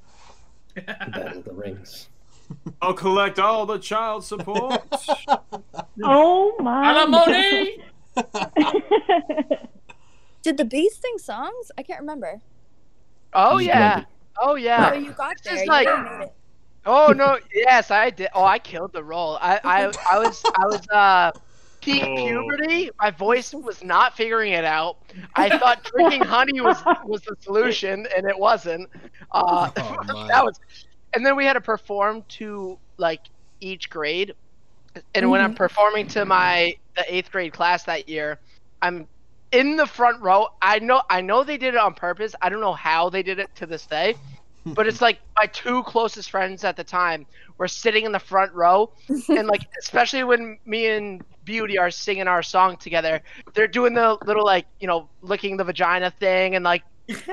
S6: The Battle of the Rings.
S2: I'll collect all the child support.
S4: Oh my.
S5: Alimony!
S7: Did the Beast sing songs? I can't remember.
S1: oh
S6: He's
S1: yeah.
S6: blended.
S1: Oh
S7: So
S1: yeah.
S7: you got
S1: It's
S7: there.
S1: just
S7: you
S1: like-
S7: really made it.
S1: Oh no. Yes, I did. Oh, I killed the role. I I I was I was uh. Peak
S2: Oh.
S1: puberty, my voice was not figuring it out. I thought drinking honey was was the solution, and it wasn't. Uh,
S3: Oh, my.
S1: that was and then we had to perform to like each grade and when i'm performing to my the eighth grade class that year i'm in the front row i know i know they did it on purpose i don't know how they did it to this day but it's like my two closest friends at the time were sitting in the front row and like especially when me and beauty are singing our song together they're doing the little like you know licking the vagina thing and like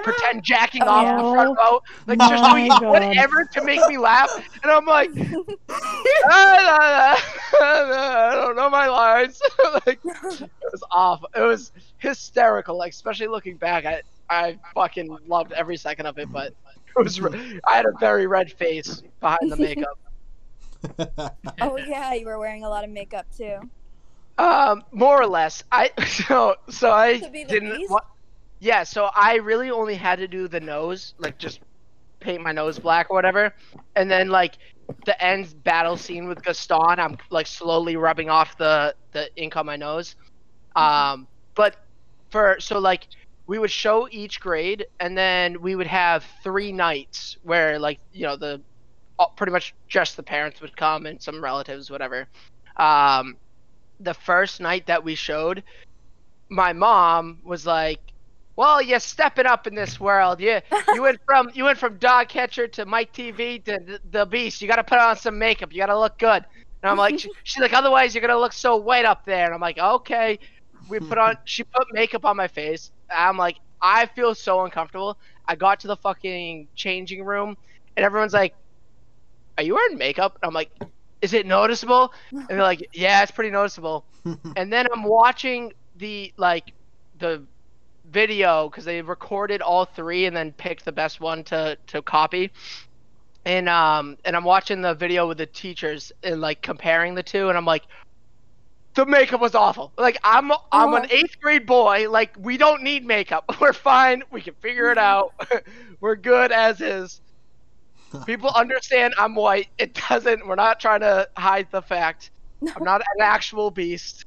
S1: pretend jacking off in the front row like just
S4: My
S1: doing
S4: God.
S1: whatever to make me laugh and i'm like "Ah, nah, nah, nah, i don't know my lines like it was off it was hysterical like especially looking back i i fucking loved every second of it but it was re- i had a very red face behind the makeup
S7: Oh yeah, you were wearing a lot of makeup too.
S1: um more or less i so so i
S7: To be the
S1: didn't
S7: beast?
S1: wa- yeah so i really only had to do the nose like just paint my nose black or whatever and then like the end battle scene with gaston i'm like slowly rubbing
S7: Mm-hmm.
S1: off the the ink on my nose um but for so like we would show each grade, and then we would have three nights where, like, you know, the all- pretty much just the parents would come and some relatives, whatever. Um, the first night that we showed, my mom was like, "Well, you're stepping up in this world. You you went from you went from dog catcher to Mike TV to the, the Beast. You got to put on some makeup. You got to look good." And I'm like, she, she's like, "Otherwise, you're gonna look so white up there." And I'm like, "Okay." We put on. She put makeup on my face. I'm like, I feel so uncomfortable. I got to the fucking changing room, and everyone's like, "Are you wearing makeup?" And I'm like, "Is it noticeable?" And they're like, "Yeah, it's pretty noticeable." and then I'm watching the like the video because they recorded all three and then picked the best one to to copy. And um and I'm watching the video with the teachers and like comparing the two and I'm like the makeup was awful. Like I'm I'm an 8th grade boy, like we don't need makeup. We're fine. We can figure it out. We're good as is. People understand I'm white. It doesn't we're not trying to hide the fact. I'm not an actual beast.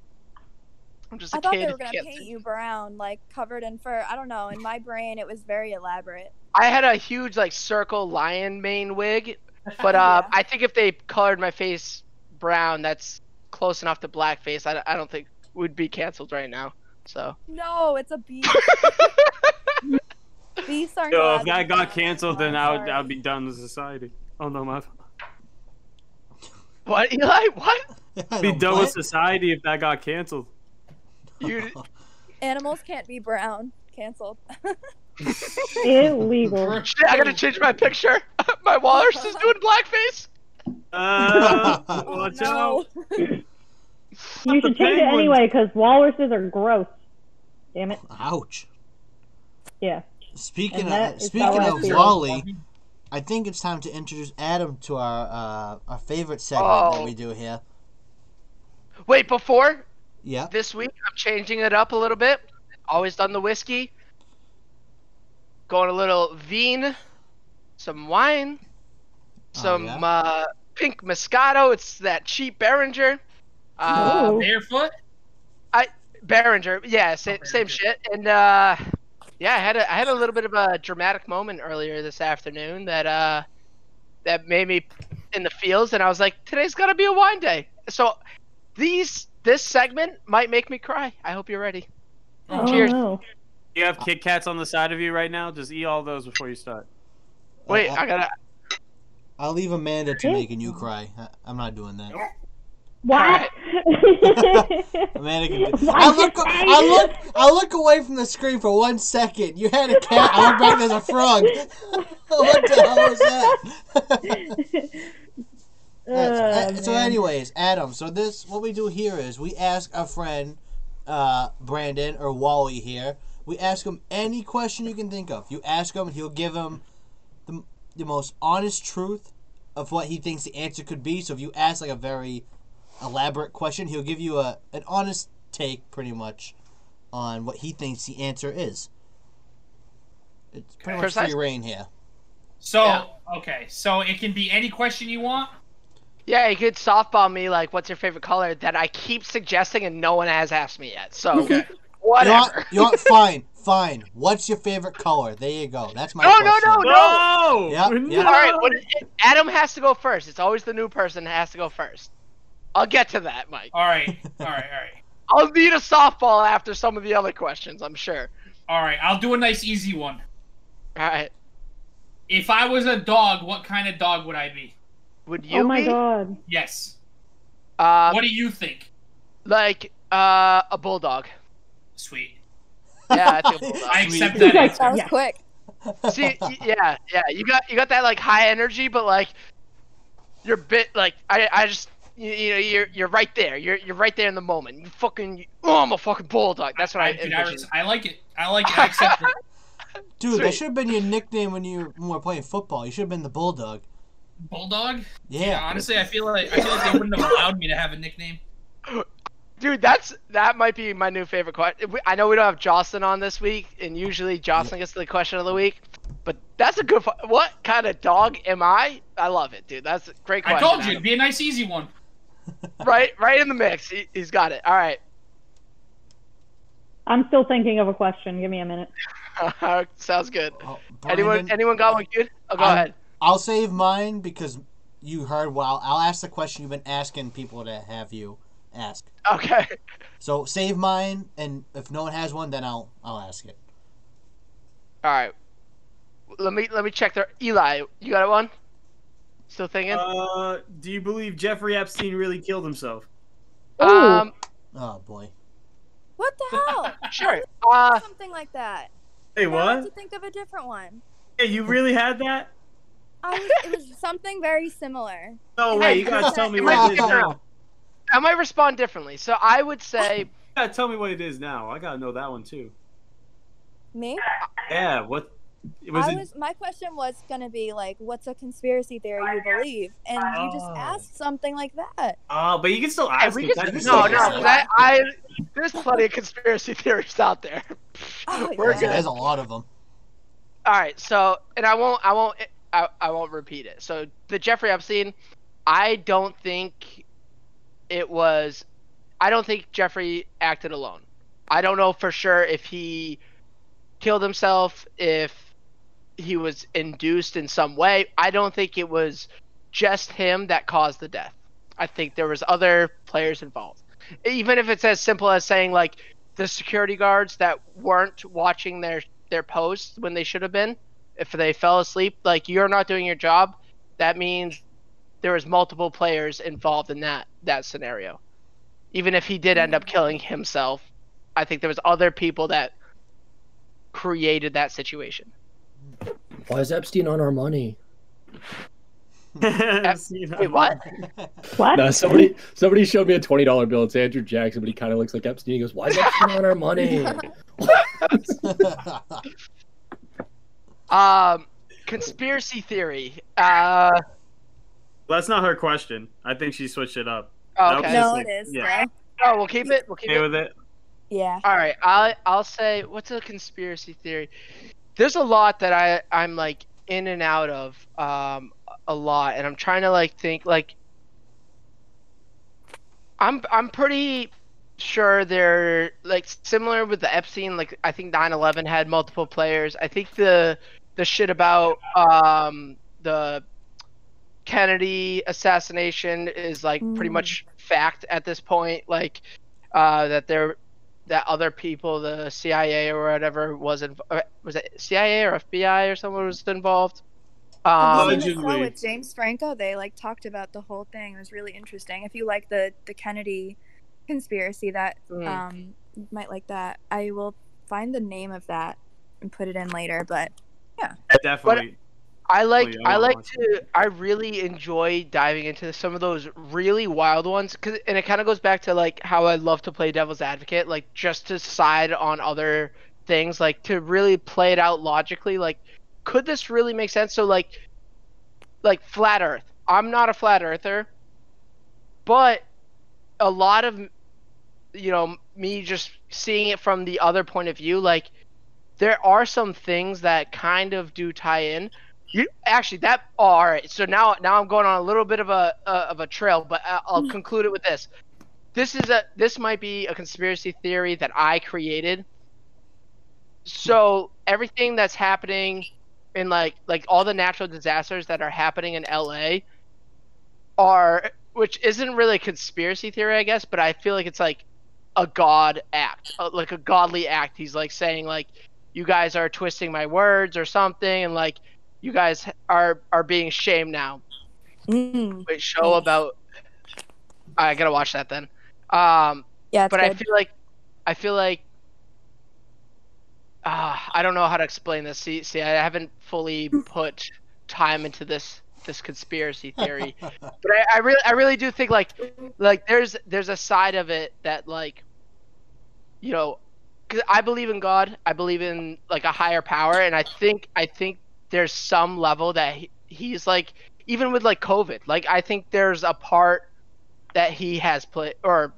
S1: I'm just a
S7: I thought
S1: kid.
S7: they
S1: who
S7: were gonna
S1: can't
S7: paint you brown, like covered in fur. I don't know. In my brain, it was very elaborate.
S1: I had a huge like circle lion mane wig, but uh,
S7: Yeah.
S1: I think if they colored my face brown, that's close enough to blackface. I, I don't think would be canceled right now. So
S7: No, it's a beast. Beasts aren't.
S2: Yo,
S7: allowed
S2: if
S7: to
S2: that
S7: be
S2: got
S7: brown.
S2: canceled, then
S7: I'm
S2: I would
S7: sorry.
S2: I'd be done with society. Oh no, my
S1: what Eli? What
S3: I
S2: be
S3: don't
S2: done with
S3: play-
S2: society if that got canceled.
S1: you?
S7: Animals can't be brown. Canceled.
S4: Illegal.
S1: Shit, I gotta change my picture. my walrus is doing blackface.
S2: Uh,
S7: Oh,
S2: watch
S7: no.
S2: out.
S4: You
S2: the
S4: should change it
S2: penguins.
S4: anyway because walruses are gross. Damn it.
S3: Ouch.
S4: Yeah.
S3: Speaking
S4: And that
S3: of
S4: is
S3: speaking
S4: how I
S3: of
S4: feel.
S3: Oh, Wally, I think it's time to introduce Adam to our uh, our favorite segment that
S1: Oh.
S3: we do here.
S1: Wait, before
S3: Yeah.
S1: this week, I'm changing it up a little bit. Always done the whiskey. Going a little veen, some wine, some
S3: yeah?
S1: uh, pink Moscato. It's that cheap Behringer. Uh,
S4: Ooh.
S5: Barefoot?
S1: Behringer,
S3: Oh,
S1: yeah, sa-
S5: Behringer.
S1: same shit. And uh, yeah, I had a, I had a little bit of a dramatic moment earlier this afternoon that uh, that made me in the fields, and I was like, today's gotta be a wine day. So these this segment might make me cry. I hope you're ready.
S4: Oh,
S1: Cheers.
S4: no.
S2: You have Kit Kats on the side of you right now. Just eat all those before you start.
S1: Wait,
S3: I-
S1: I gotta.
S3: I'll leave Amanda to making you cry. I, I'm not doing that.
S4: What?
S3: Amanda can do.
S4: Why
S3: I look.
S4: did I-
S3: I look. I look away from the screen for one second. You had a cat. I look back. There's a frog. what the hell was that? Alright, so-
S4: Oh,
S3: uh, so,
S4: man.
S3: anyways, Adam. So this, what we do here is we ask our friend, uh, Brandon or Wally here. We ask him any question you can think of. You ask him, he'll give him the the most honest truth of what he thinks the answer could be. So if you ask like a very elaborate question, he'll give you a an honest take, pretty much, on what he thinks the answer is. It's pretty much free
S1: Precise.
S3: reign here.
S5: So,
S1: Yeah.
S5: okay. So it can be any question you want?
S1: Yeah, you could softball me like, what's your favorite color? That I keep suggesting, and no one has asked me yet. So
S3: You want,
S1: whatever.
S3: you want- fine, fine. What's your favorite color? There you go. That's my
S1: No, no,
S3: question.
S1: no,
S2: No.
S3: Yeah, yeah.
S1: All right, what, Adam has to go first. It's always the new person that has to go first. I'll get to that, Mike.
S5: All right. All right. All right.
S1: I'll need a softball after some of the other questions, I'm sure.
S5: All right. I'll do a nice, easy one.
S1: All right.
S5: If I was a dog, what kind of dog would I be?
S1: Would you
S4: Oh my
S1: be
S4: god.
S5: Yes.
S1: um,
S5: what do you think?
S1: like uh, a bulldog?
S5: Sweet.
S1: Yeah, I think a bulldog.
S5: I
S3: Sweet.
S5: accept that answer.
S7: That was
S4: Yeah.
S7: quick.
S1: See, y- yeah, yeah, you got you got that like high energy, but like you're bit like I I just you, you know you're you're right there. You're you're right there in the moment. You fucking oh, I'm a fucking bulldog. That's what I.
S5: I, dude, I,
S1: envision.
S5: I like it. I like it. I accept it.
S3: Dude, that
S1: Sweet.
S3: should have been your nickname when you when we were playing football. You should have been the bulldog.
S5: Bulldog? Yeah,
S3: Yeah.
S5: honestly, I feel like I feel like they wouldn't have allowed me to have a nickname.
S1: Dude, that's that might be my new favorite question. I know we don't have Jocelyn on this week, and usually Jocelyn gets the question of the week, but that's a good. fu- What kind of dog am I? I love it, dude. That's a great
S5: I
S1: question.
S5: told you
S1: Adam.
S5: it'd be a nice, easy one.
S1: Right, right in the mix. He, he's got it. All right.
S4: I'm still thinking of a question. Give me a minute.
S1: Sounds good.
S3: Oh,
S1: Anyone
S3: Brandon,
S1: anyone got one, dude? Oh, go
S3: I'm-
S1: ahead.
S3: I'll save mine because you heard. Well, I'll ask the question you've been asking people to have you ask.
S1: Okay.
S3: So save mine, and if no one has one, then I'll I'll ask it.
S1: All right. Let me let me check there. Eli, you got one? Still thinking?
S2: Uh, do you believe Jeffrey Epstein really killed himself?
S1: um,
S3: Oh boy.
S7: What the hell?
S1: sure. Uh,
S7: Something like that.
S2: Hey,
S7: Now I have to
S2: what?
S7: think of a different one.
S2: Hey, you really had that?
S7: I was, it was something very similar.
S2: No
S1: Hey,
S2: way! You gotta tell me
S1: it
S2: what
S1: might
S2: it
S1: be
S2: is now.
S1: different. I might respond differently. So I would say
S2: You gotta tell me what it is now. I gotta know that one too.
S7: Me?
S2: Yeah. What? Was
S7: I
S2: it?
S7: was. My question was gonna be like, what's a conspiracy theory you believe? And you just
S2: Oh.
S7: asked something like that.
S2: Oh, but you can still
S1: Hey,
S2: ask.
S1: we
S2: it.
S1: just-
S2: That- you
S1: no,
S2: still
S1: no.
S2: ask it.
S1: That, I there's plenty of conspiracy theories out there.
S7: Oh,
S1: We're
S3: There's,
S1: good.
S3: there's a lot of them.
S1: All right, so and I won't, I won't, I, I won't repeat it. So the Jeffrey Epstein, I don't think it was, I don't think Jeffrey acted alone. I don't know for sure if he killed himself, if he was induced in some way. I don't think it was just him that caused the death. I think there was other players involved. Even if it's as simple as saying like the security guards that weren't watching their their posts when they should have been, if they fell asleep, like you're not doing your job, that means there was multiple players involved in that that scenario. Even if he did end up killing himself, I think there was other people that created that situation.
S6: Why is Epstein on our money?
S2: Mm-hmm.
S1: Wait, what?
S4: What?
S6: No, somebody somebody showed me a twenty dollar bill. It's Andrew Jackson, but he kind of looks like Epstein. He goes, "Why is Epstein on our money?"
S1: Um, conspiracy theory. Uh,
S2: That's not her question. I think she switched it up.
S1: oh,
S2: Nope.
S1: okay.
S7: No,
S2: Just
S7: it
S2: like-
S7: is.
S2: yeah.
S7: Yeah.
S1: Oh, we'll keep it. We'll keep it.
S2: Okay with it?
S7: Yeah.
S1: All right, I'll I'll say what's a conspiracy theory. There's a lot that I I'm like in and out of um a lot, and I'm trying to like think like I'm I'm pretty sure they're like similar with the Epstein. Like I think 9/11 had multiple players. I think the the shit about um the Kennedy assassination is like pretty
S7: Mm.
S1: much fact at this point. Like uh, that there that other people, the CIA or whatever, was inv- uh, was it CIA or FBI or someone was involved.
S7: Have you
S1: Um,
S7: seen the show
S2: Allegedly.
S7: with James Franco, they like talked about the whole thing. It was really interesting. If you like the the Kennedy conspiracy, that
S1: Mm.
S7: um you might like that. I will find the name of that and put it in later. But
S2: Definitely.
S1: I like
S2: Wait, I
S1: I
S2: wanna
S1: like
S2: watch
S1: to I really enjoy diving into some of those really wild ones 'cause- and it kind of goes back to like how I love to play devil's advocate like just to side on other things like to really play it out logically like could this really make sense so like like flat earth I'm not a flat earther but a lot of you know me just seeing it from the other point of view like there are some things that kind of do tie in you actually that oh, all right. So now now I'm going on a little bit of a uh, of a trail, but I- I'll conclude it with this. This is a this might be a conspiracy theory that I created. So everything that's happening in like like all the natural disasters that are happening in LA are which isn't really a conspiracy theory, I guess, but I feel like it's like a god act, uh, like a godly act. He's like saying like you guys are twisting my words or something and like you guys are are being shamed now.
S7: mm,
S1: Wait, show about. I gotta watch that then. Um,
S7: yeah, it's
S1: but I
S7: good.
S1: feel like, I feel like. Uh, I don't know how to explain this. See, see, I haven't fully put time into this this conspiracy theory, but I, I really, I really do think like, like there's there's a side of it that like, you know, because I believe in God, I believe in like a higher power, and I think I think there's some level that he, he's like even with like COVID, like I think there's a part that he has played or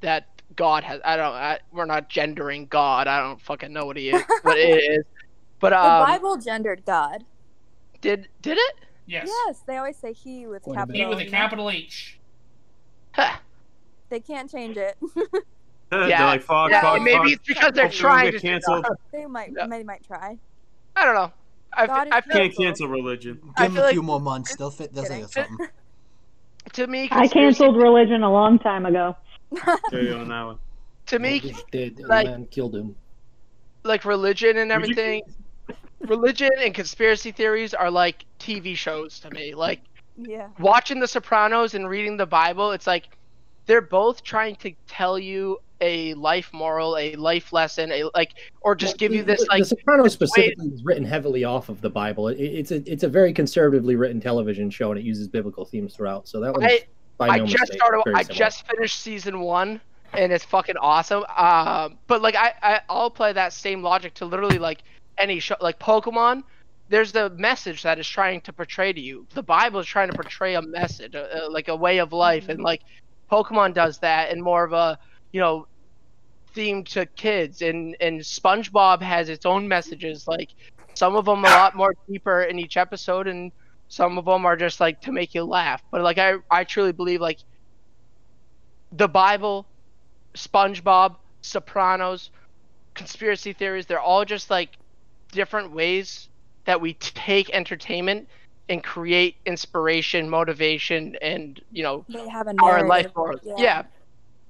S1: that God has. I don't. I, we're not gendering God. I don't fucking know what he is. What it is. But
S7: the
S1: um,
S7: Bible gendered God.
S1: did did it?
S5: Yes.
S7: Yes, they always say He with
S6: Quite a bit.
S7: capital.
S5: He with a
S7: you know?
S5: capital H.
S1: Huh.
S7: They can't change it.
S2: They're like, fuck,
S1: Yeah,
S2: fuck,
S1: maybe
S2: fuck.
S1: it's because they're
S2: Hopefully we
S1: trying to
S2: get
S1: do
S2: canceled.
S1: that.
S7: They might,
S1: Yeah.
S7: they might try.
S1: I don't know. I,
S7: God is
S1: I
S7: good.
S1: feel
S2: Can't cancel religion.
S1: I
S3: Give them
S1: feel
S3: a
S1: like-
S3: few more months. They'll fit. They'll think of
S7: Kidding.
S3: something.
S1: to me,
S4: I
S1: conspiracy-
S4: canceled religion a long time ago.
S2: There you go on that one.
S1: To me,
S6: Just did.
S1: like-
S6: and then killed him.
S1: like religion and
S2: Would you-
S1: everything, religion and conspiracy theories are like TV shows to me. Like
S7: yeah.
S1: watching The Sopranos and reading the Bible, it's like they're both trying to tell you a life moral, a life lesson, a like, or just give you this like
S6: The Sopranos specifically is written heavily off of the Bible. It, it's a it's a very conservatively written television show, and it uses biblical themes throughout. So that was
S1: I-
S6: by
S1: I
S6: no
S1: just
S6: mistake
S1: started.
S6: very
S1: I
S6: similar.
S1: just finished season one, and it's fucking awesome. Um, but like I, I, I'll play that same logic to literally like any show, like Pokemon. There's the message that is trying to portray to you. The Bible is trying to portray a message, uh, uh, like a way of life, and like Pokemon does that, and more of a you know theme to kids. And and SpongeBob has its own messages, like some of them a lot more deeper in each episode, and some of them are just like to make you laugh. But like I, I truly believe like the Bible, SpongeBob, Sopranos, conspiracy theories, they're all just like different ways that we take entertainment and create inspiration, motivation, and you know
S7: They have a
S1: our
S7: narrative.
S1: life morals. Yeah,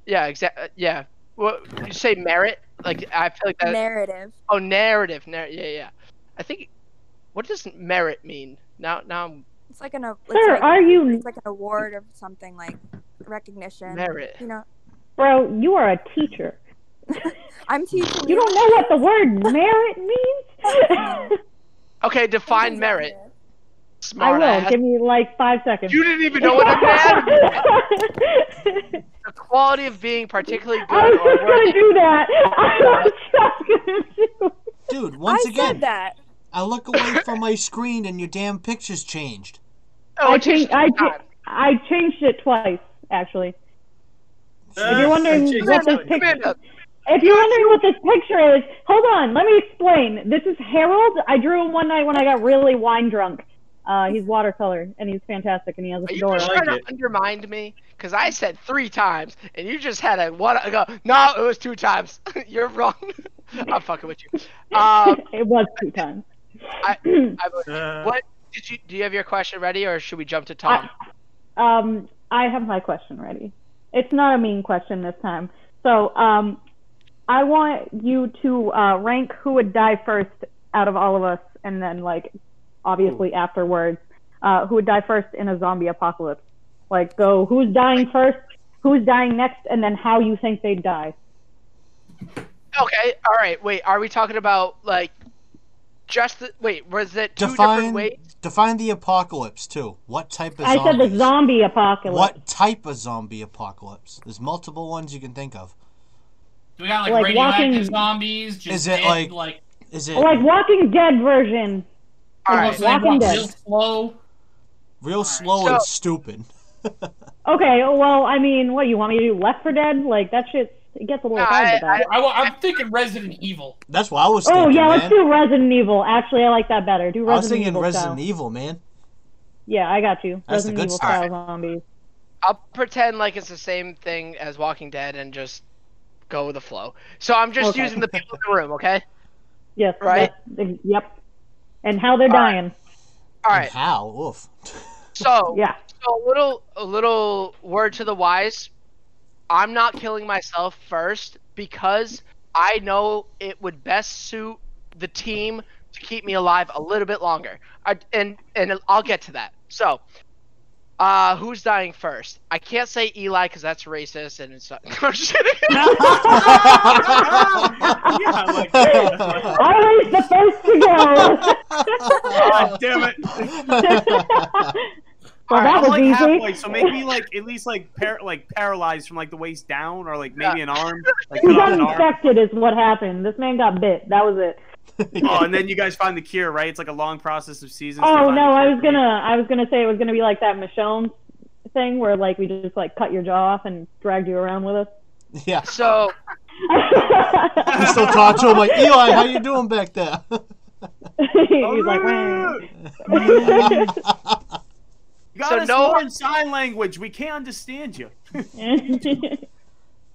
S1: yeah, exactly. Yeah, what you say merit? Like I feel like that.
S7: narrative.
S1: Oh, narrative. Narr- yeah, yeah. I think. What does merit mean? Now, now I'm
S7: It's like an. a- It's
S4: Sir,
S7: like,
S4: are you,
S7: It's like an award or something like recognition.
S1: merit.
S7: You know,
S4: bro? You are a teacher.
S7: I'm teaching.
S4: You don't know what the word merit means.
S1: Okay,
S7: Something's
S1: define
S7: on
S1: merit.
S7: here.
S4: I
S1: Smart
S4: will
S1: ass.
S4: give me like five seconds.
S1: You didn't even know what it meant.
S4: I
S1: The quality of being particularly good
S4: was just
S1: or
S4: gonna
S1: worthy.
S4: do that. I was just gonna do.
S3: Dude, once
S7: I
S3: again,
S7: said that.
S3: I look away from my screen and your damn picture's changed.
S1: Oh,
S4: I
S1: it takes
S4: changed. I,
S1: time.
S4: cha- I changed it twice, actually. If
S2: Uh,
S4: you're wondering
S2: geez,
S4: what this
S2: that's-
S4: picture,
S1: Amanda,
S4: if you're wondering what this picture is, hold on. Let me explain. This is Harold. I drew him one night when I got really wine drunk. Uh, he's watercolor and he's fantastic and he has a
S1: Are you
S4: fedora.
S1: just
S2: I like
S1: trying to
S2: it.
S1: undermine me? Because I said three times, and you just had a one. I Go, no, it was two times. You're wrong. I'm fucking with you. Um,
S4: it was two times.
S1: I, believe-
S2: Uh,
S1: what did you? Do you have your question ready, or should we jump to Tom?
S4: um, I have my question ready. It's not a mean question this time. So um, I want you to uh, rank who would die first out of all of us, and then like obviously afterwards, uh, who would die first in a zombie apocalypse? Like go who's dying first, who's dying next, and then how you think they'd die.
S1: okay. All right. Wait. Are we talking about like just the, wait? Was it two different
S3: Define
S1: ways?
S3: define the apocalypse too. What type of
S4: I said the
S3: zombies?
S4: zombie apocalypse.
S3: What type of zombie apocalypse? There's multiple ones you can think of.
S5: Do we got like,
S4: Like
S5: radioactive
S4: walking-
S5: zombies? Just
S3: Is it
S5: dead,
S3: like-
S5: like
S3: Is it
S4: Oh, Like Walking Dead version.
S1: All
S5: Oh,
S1: right.
S5: so they
S4: Walking
S5: walk
S4: Dead.
S5: real slow?
S3: real slow and
S1: So-
S3: stupid?
S4: Okay, well, I mean, what you want me to do? Left for Dead? Like that shit. It gets a little
S1: No,
S4: hard
S1: I-
S4: with that.
S5: I, wa- I'm thinking Resident Evil.
S3: That's what I was thinking.
S4: Oh yeah,
S3: man.
S4: let's do Resident Evil. Actually, I like that better. Do
S3: I was
S4: Resident
S3: thinking
S4: Evil
S3: Resident
S4: style.
S3: Evil, man.
S4: Yeah, I got you.
S3: That's the
S4: Resident
S3: good
S4: Evil
S3: stuff.
S4: style zombies.
S1: I'll pretend like it's the same thing as Walking Dead and just go with the flow. So I'm just
S4: Okay.
S1: using the people in the room, okay?
S4: Yes.
S1: Right.
S4: yes, yep. And how they're
S1: Alright.
S4: dying.
S1: All
S3: And
S1: right.
S3: How? Oof.
S1: So,
S4: Yeah.
S1: so a little a little word to the wise. I'm not killing myself first because I know it would best suit the team to keep me alive a little bit longer. I, and and I'll get to that. So, uh, who's dying first? I can't say Eli because that's racist and it's not. I'm just kidding.
S2: yeah, like, God
S4: Always the first to go.
S2: damn it.
S4: well, that
S1: Alright,
S4: was
S1: like
S4: easy.
S2: Halfway, so maybe like at least like par- like paralyzed from like the waist down, or like maybe an arm, like
S4: He
S2: cut off
S4: got
S2: an arm.
S4: infected, is what happened. This man got bit. That was it.
S2: Oh, and then you guys find the cure, right? It's like a long process of seasons. to
S4: Oh
S2: find
S4: no,
S2: the
S4: I
S2: cure
S4: was
S2: for
S4: gonna, I was gonna say it was gonna be like that Michonne thing where like we just like cut your jaw off and dragged you around with us.
S3: yeah.
S1: so,
S3: You still talk to him like Eli. How you doing back there?
S4: He's like, "Wah."
S2: You got
S1: So
S2: us
S1: no-
S2: more in sign language. We can't understand you.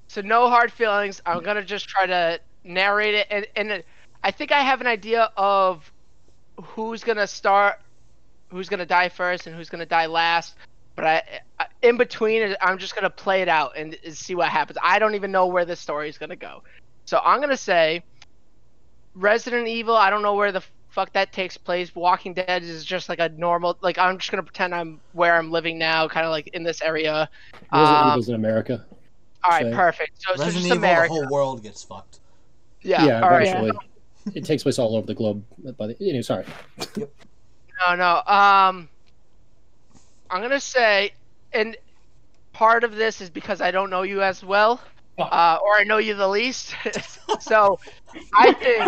S1: So no hard feelings. I'm gonna just try to narrate it, and and it- I think I have an idea of who's gonna start, who's gonna die first, and who's gonna die last. But I, I in between, I'm just gonna play it out and, and see what happens. I don't even know where this story is gonna go. So I'm gonna say, Resident Evil. I don't know where the fuck that takes place. Walking Dead is just like a normal. Like I'm just gonna pretend I'm where I'm living now, kind of like in this area.
S6: Resident
S1: Um,
S6: Evil's in America.
S1: all right,
S6: So-
S1: perfect. So, so
S3: Resident
S1: just
S3: Evil, the
S1: America.
S3: whole world gets fucked.
S1: Yeah. all right.
S6: eventually. It takes place all over the globe. By the anyway, sorry.
S1: No, no. Um, I'm gonna say, and part of this is because I don't know you as well, uh, or I know you the least. so, I think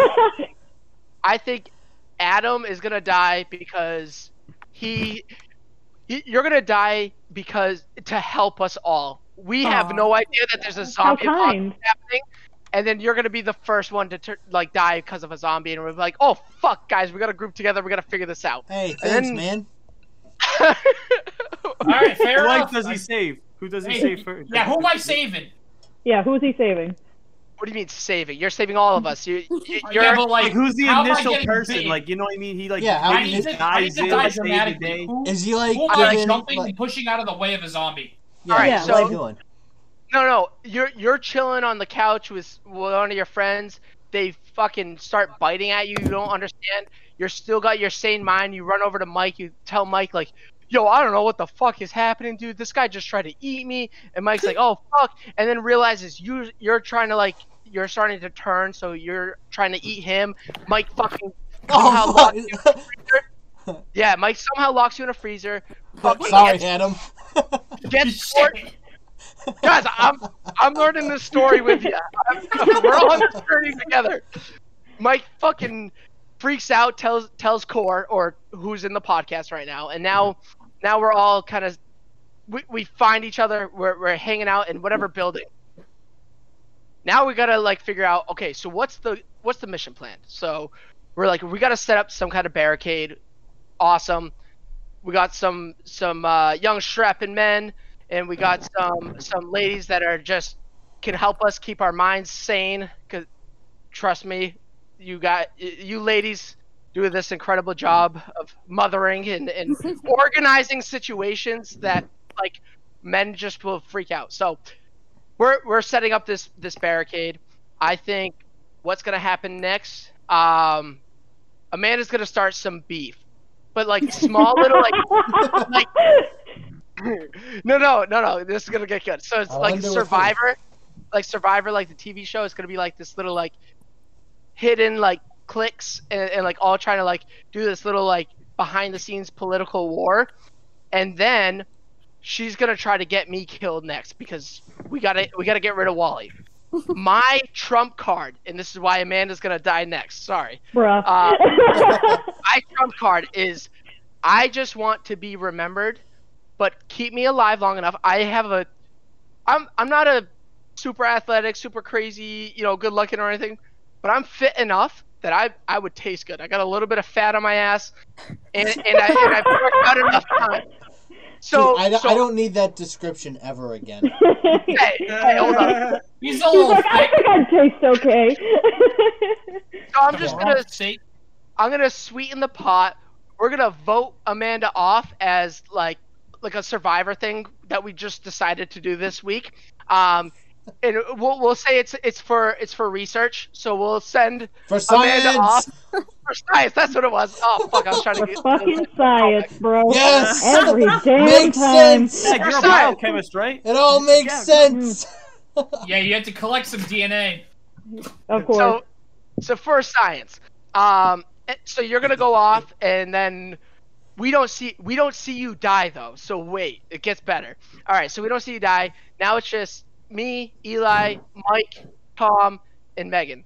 S1: I think Adam is gonna die because he, he- you're gonna die because to help us all. We have
S7: Aw.
S1: no idea that there's a
S4: How
S1: zombie apocalypse
S4: kind.
S1: happening, and then you're gonna be the first one to tur like die because of a zombie, and we're like, oh fuck, guys, we gotta group together, we gotta figure this out.
S3: Hey, thanks,
S1: And-
S3: man.
S5: All right, fair
S2: Who
S5: enough.
S2: life does
S5: I-
S2: he save? Who does he
S5: Hey,
S2: save first?
S5: yeah, who am I saving?
S4: Yeah, who is he saving?
S1: What do you mean saving? You're saving all of us. You, you
S5: Yeah,
S1: you're
S5: but,
S2: Like, who's the
S5: how am I
S2: initial
S5: getting
S2: person?
S5: big?
S2: Like, you know what I mean? He like
S3: Yeah, how
S5: I
S2: maybe
S3: did
S5: need
S2: just
S5: to, I need
S2: dies
S5: to
S2: in,
S5: die
S2: like, save the
S5: dramatically.
S2: day.
S5: Who,
S3: Is he like
S5: who am I
S3: giving,
S5: jumping
S3: like-
S5: and pushing out of the way of a zombie?
S3: yeah,
S1: Alright,
S3: what
S1: so-
S3: are you doing?
S1: no no. You're you're chilling on the couch with one of your friends. They fucking start biting at you. You don't understand. You're still got your sane mind. You run over to Mike. You tell Mike like, "Yo, I don't know what the fuck is happening, dude. This guy just tried to eat me." And Mike's like, "Oh fuck!" And then realizes you you're trying to like you're starting to turn, so you're trying to eat him. Mike fucking somehow
S3: Oh,
S1: locks you.
S3: fuck.
S1: Yeah, Mike somehow locks you in a freezer. Fucking
S3: Sorry,
S1: gets-
S3: Adam.
S1: Get short.
S5: Shit.
S1: Guys, I'm I'm learning this story with you. I'm- we're on this journey together. Mike fucking freaks out, tells tells Core or who's in the podcast right now, and now now we're all kind of we, we find each other. We're we're hanging out in whatever building. Now we gotta like figure out. Okay, so what's the what's the mission plan? So we're like we gotta set up some kind of barricade. Awesome. We got some some uh, young strapping men and we got some some ladies that are just can help us keep our minds sane. Cause trust me, you got you ladies do this incredible job of mothering and, and organizing situations that like men just will freak out. So we're we're setting up this this barricade. I think what's gonna happen next? Um, Amanda's gonna start some beef, but like small little like like- no, no, no, no. This is gonna get good. So it's
S3: I
S1: like
S3: wonder what
S1: Survivor, like Survivor, like the TV show. It's gonna be like this little like hidden like clicks and, and like all trying to like do this little like behind the scenes political war, and then she's gonna try to get me killed next because we gotta we gotta get rid of Wally. My trump card, and this is why Amanda's gonna die next. Sorry.
S4: Bruh.
S1: uh, my trump card is I just want to be remembered, but keep me alive long enough. I have a I'm I'm not a super athletic, super crazy, you know, good looking or anything, but I'm fit enough that I I would taste good. I got a little bit of fat on my ass and, and I and I've worked out enough time. So,
S3: Dude, I, don't-
S1: so
S3: I don't need that description ever again.
S1: hey, hey, hold on.
S5: He's
S4: He's
S5: a little
S4: like, I
S5: thick.
S4: think I'd taste okay.
S1: So I'm just gonna
S5: Sick.
S1: I'm gonna sweeten the pot. We're gonna vote Amanda off as like like a survivor thing that we just decided to do this week. Um, and we'll, we'll say it's it's for it's for research. So we'll send
S3: For
S1: Amanda
S3: science!
S1: off for science. That's what it was. Oh fuck! I was trying to
S4: For
S1: get
S4: fucking science, bro.
S3: Yes!
S4: Every damn
S3: Makes
S4: time.
S3: sense!
S2: Yeah, you're
S1: Sorry.
S2: a biochemist, right?
S3: It all makes
S2: Yeah.
S3: sense!
S5: Yeah, you have to collect some DNA.
S4: Of course.
S1: So, so for science, um, eh, so you're gonna go off, and then we don't see we don't see you die though. So wait, it gets better. All right, so we don't see you die. Now it's just me, Eli, Mike, Tom, and Megan.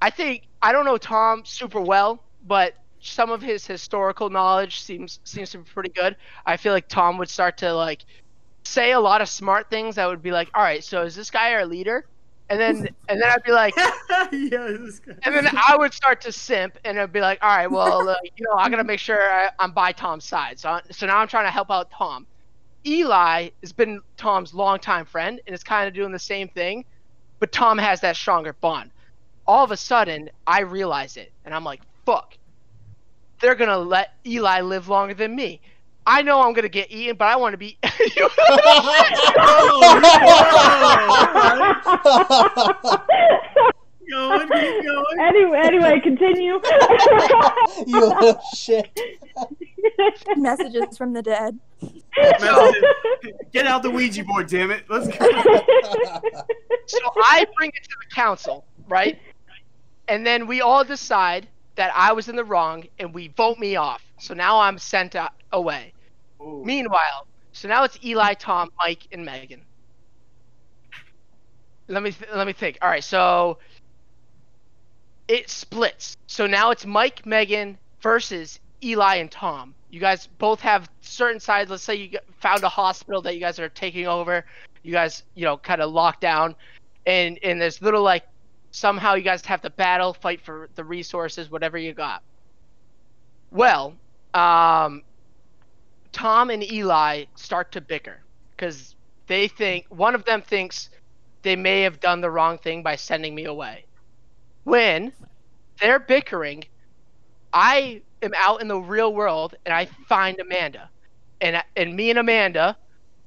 S1: I think I don't know Tom super well, but some of his historical knowledge seems seems to be pretty good. I feel like Tom would start to like say a lot of smart things that would be like, all right, so is this guy our leader? And then and then I'd be like,
S2: yeah, this guy.
S1: and then I would start to simp, and I'd be like, "All right, well, uh, you know, I'm gonna make sure I, I'm by Tom's side." So, I, so now I'm trying to help out Tom. Eli has been Tom's longtime friend, and is kind of doing the same thing. but Tom has that stronger bond. All of a sudden, I realize it, and I'm like, fuck. They're gonna let Eli live longer than me. I know I'm gonna get eaten, but I want to be. uh,
S2: Going, Oh, keep going.
S4: anyway, anyway, continue.
S3: you little shit.
S7: Messages from the dead.
S2: Get out the Ouija board, damn it. Let's go.
S1: so I bring it to the council, right? And then we all decide that I was in the wrong, and we vote me off. So now I'm sent out, away. Meanwhile, so now it's Eli, Tom, Mike, and Megan. Let me th- let me think. All right, so it splits. So now it's Mike, Megan versus Eli and Tom. You guys both have certain sides. Let's say you g- found a hospital that you guys are taking over. You guys, you know, kind of locked down, and and there's little like somehow you guys have to battle, fight for the resources, whatever you got. Well, um, Tom and Eli start to bicker because they think one of them thinks they may have done the wrong thing by sending me away. When they're bickering, I am out in the real world and I find Amanda, and and me and Amanda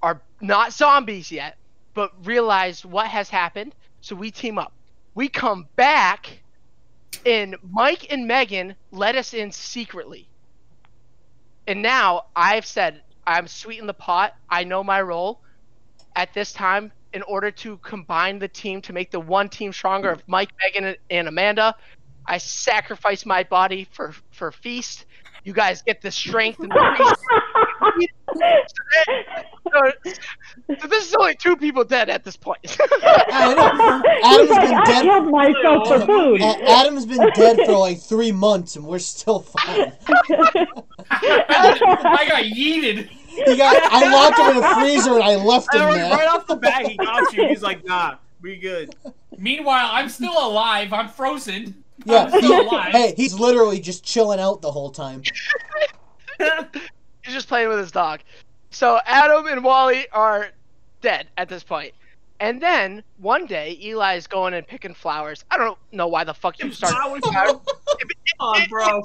S1: are not zombies yet, but realize what has happened. So we team up. We come back, and Mike and Megan let us in secretly. And now I've said I'm sweet in the pot. I know my role. At this time, in order to combine the team to make the one team stronger of Mike, Megan, and- and Amanda, I sacrifice my body for for feast. You guys get the strength and the feast. So, so this is only two people dead at this point.
S3: I know. Adam's
S4: He's like,
S3: been
S4: I
S3: dead-
S4: killed myself for food.
S3: A- Adam's been dead for like three months and we're still fine.
S5: I got yeeted.
S3: He got, I locked him in a freezer and I left him
S2: And right, right
S3: there.
S2: off the bat, he got you. He's like, nah, we good.
S5: Meanwhile, I'm still alive. I'm frozen.
S3: Yeah.
S5: I'm still alive.
S3: Hey, he's literally just chilling out the whole time.
S1: He's just playing with his dog. So Adam and Wally are dead at this point. And then one day, Eli's going and picking flowers. I don't know why the fuck you started.
S2: Flowers,
S1: flowers.
S2: on, bro.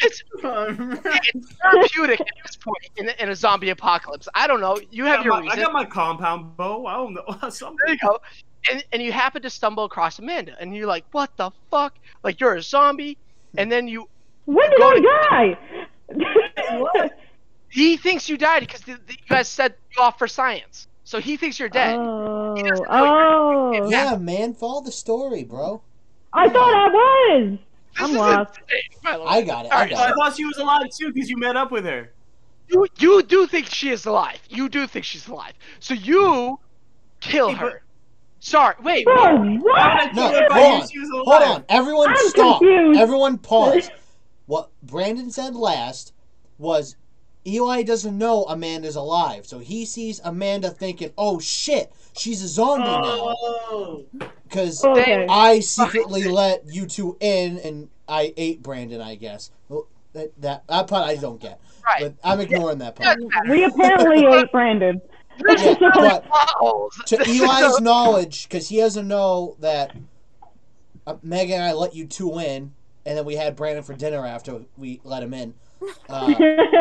S1: It's therapeutic at this point in, in a zombie apocalypse. I don't know. You have
S2: I got
S1: your
S2: my- I
S1: reason.
S2: got my compound bow. I don't know. Something.
S1: there you go. And, and you happen to stumble across Amanda, and you're like, what the fuck? Like, you're a zombie. And then you
S4: when did
S1: Go to-
S4: I die?
S1: he thinks you died because the, the, you guys set you off for science. So he thinks you're dead.
S4: Oh,
S1: He doesn't know
S4: oh!
S3: Yeah, man, follow the story, bro.
S4: I thought I was.
S1: This
S4: I'm
S1: is
S4: lost.
S1: insane, by the way.
S3: I got it. I
S1: Alright,
S2: I
S3: got it.
S2: thought she was alive too because you met up with her.
S1: You you do think she is alive. You do think she's alive. So you kill
S2: Hey, but-
S1: her. Sorry, wait. wait.
S4: Bro,
S2: Why
S4: what?
S2: would I
S3: No,
S2: kill her if I
S3: hold
S2: knew
S3: on.
S2: she was
S3: Hold
S2: alive?
S3: on. Everyone
S4: I'm
S3: stop.
S4: confused.
S3: Everyone pause. What Brandon said last was Eli doesn't know Amanda's alive, so he sees Amanda thinking, oh shit, she's a zombie
S2: Uh,
S3: now.
S2: Oh.
S3: Because
S4: Okay.
S3: I secretly let you two in and I ate Brandon, I guess. Well, that, that, that part I don't get.
S1: Right.
S3: But I'm ignoring that part.
S1: Doesn't matter.
S4: We apparently ate Brandon.
S1: There's
S3: Yeah,
S1: no
S3: but-
S1: plot holes.
S3: to Eli's knowledge, because he doesn't know that uh, Megan and I let you two in, and then we had Brandon for dinner after we let him in. Uh,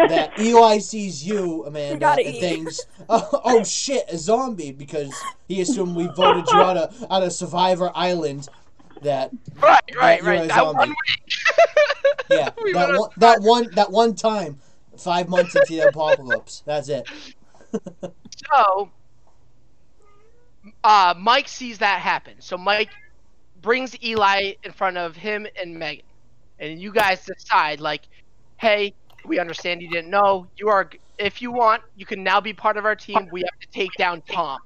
S3: that Eli sees you, Amanda,
S7: gotta
S3: and
S7: eat.
S3: thinks, oh, oh shit, a zombie, because he assumed we voted you out of out of Survivor Island. That
S1: right, right,
S3: you're a
S1: right. That
S3: zombie.
S1: one week.
S3: yeah,
S1: We
S3: that
S1: voted-
S3: one, that one that one time, five months into the apocalypse. That's it.
S1: So, uh, Mike sees that happen. So Mike brings Eli in front of him and Megan, and you guys decide like, "Hey, we understand you didn't know. You are, if you want, you can now be part of our team. We have to take down Tom."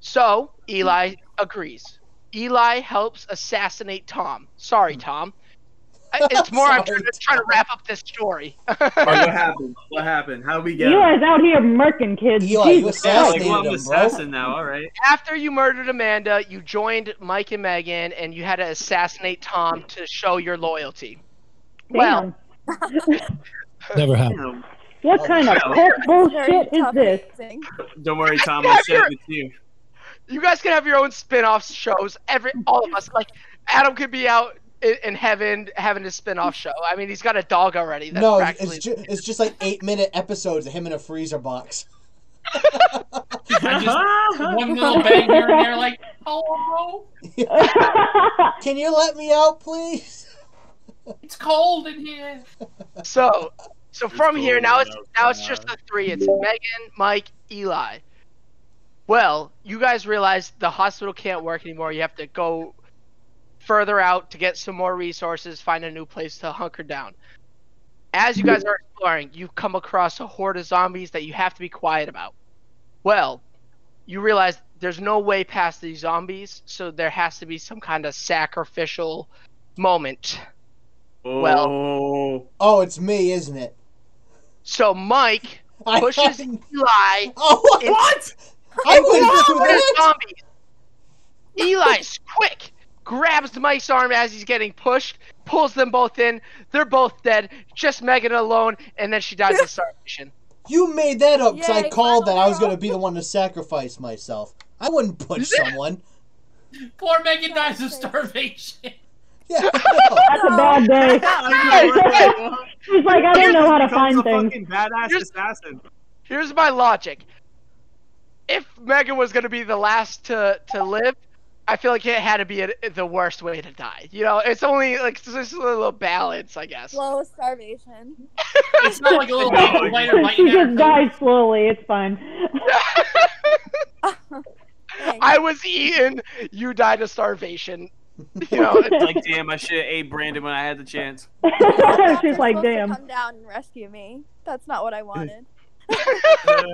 S1: So Eli agrees. Eli helps assassinate Tom. Sorry, Tom. I- It's more I'm
S3: Sorry,
S1: trying to, trying to wrap up this story.
S2: what happened? What happened? How we get?
S4: You
S2: her?
S4: guys out here murking kids.
S3: Eli, you
S4: Jesus.
S2: Yeah, like,
S3: assassinated
S2: well,
S3: him,
S2: I'm
S3: bro.
S2: assassin now. All right.
S1: after you murdered Amanda, you joined Mike and Megan, and you had to assassinate Tom to show your loyalty. Well,
S4: Damn.
S8: Never happened.
S2: Damn.
S4: what kind of
S2: Well.
S4: pet bullshit
S7: Very
S4: is
S7: tough
S4: this?
S7: raising.
S2: Don't worry, Tom. I'll share it with you.
S1: You guys can have your own spin-off shows. Every all of us, like Adam, could be out in, in heaven having his spin-off show. I mean, he's got a dog already. That's
S3: no,
S1: practically...
S3: it's, ju- it's just like eight minute episodes of him in a freezer box.
S5: I just one little bang here and there, like hello,
S3: Can you let me out, please?
S5: it's cold in here.
S1: So, so from
S2: cool,
S1: here now it's
S2: no,
S1: now it's
S2: no.
S1: just the three. It's Megan, Mike, Eli. Well, you guys realize the hospital can't work anymore. You have to go further out to get some more resources, find a new place to hunker down. As you guys are exploring, you come across a horde of zombies that you have to be quiet about. Well, you realize there's no way past these zombies, so there has to be some kind of sacrificial moment. Well-
S2: Oh.
S3: Oh, it's me, isn't it?
S1: So Mike
S3: I
S1: pushes
S3: fucking-
S1: Eli
S3: Oh,
S1: What?
S3: I
S1: into
S3: was
S1: the horde of
S3: that?
S1: zombies. Eli's quick, grabs Mike's arm as he's getting pushed, pulls them both in. They're both dead, just Megan alone, and then she dies of starvation.
S3: You made that up because I
S7: Yay,
S3: called that
S7: final
S3: I was
S7: girl.
S3: going to be the one to sacrifice myself. I wouldn't push someone.
S5: Poor Megan dies of starvation.
S3: Yeah. I know.
S4: That's a bad day. She's like, I don't know how to
S2: Becomes
S4: find
S2: a
S4: things.
S2: fucking badass
S1: Here's-
S2: assassin.
S1: Here's my logic. If Megan was gonna be the last to, to live, I feel like it had to be a, the worst way to die. You know, it's only like just a little balance, I guess.
S7: Slow starvation.
S5: It's not like a little
S2: No.
S5: light or light
S4: she just
S5: there.
S4: died slowly. It's fine.
S7: Thanks.
S1: I was eaten. You died of starvation. You know,
S2: It's like, damn, I should have ate Brandon when I had the chance.
S7: You're
S4: She's like,
S7: supposed to
S4: damn.
S7: Come down and rescue me. That's not what I wanted.
S2: Uh,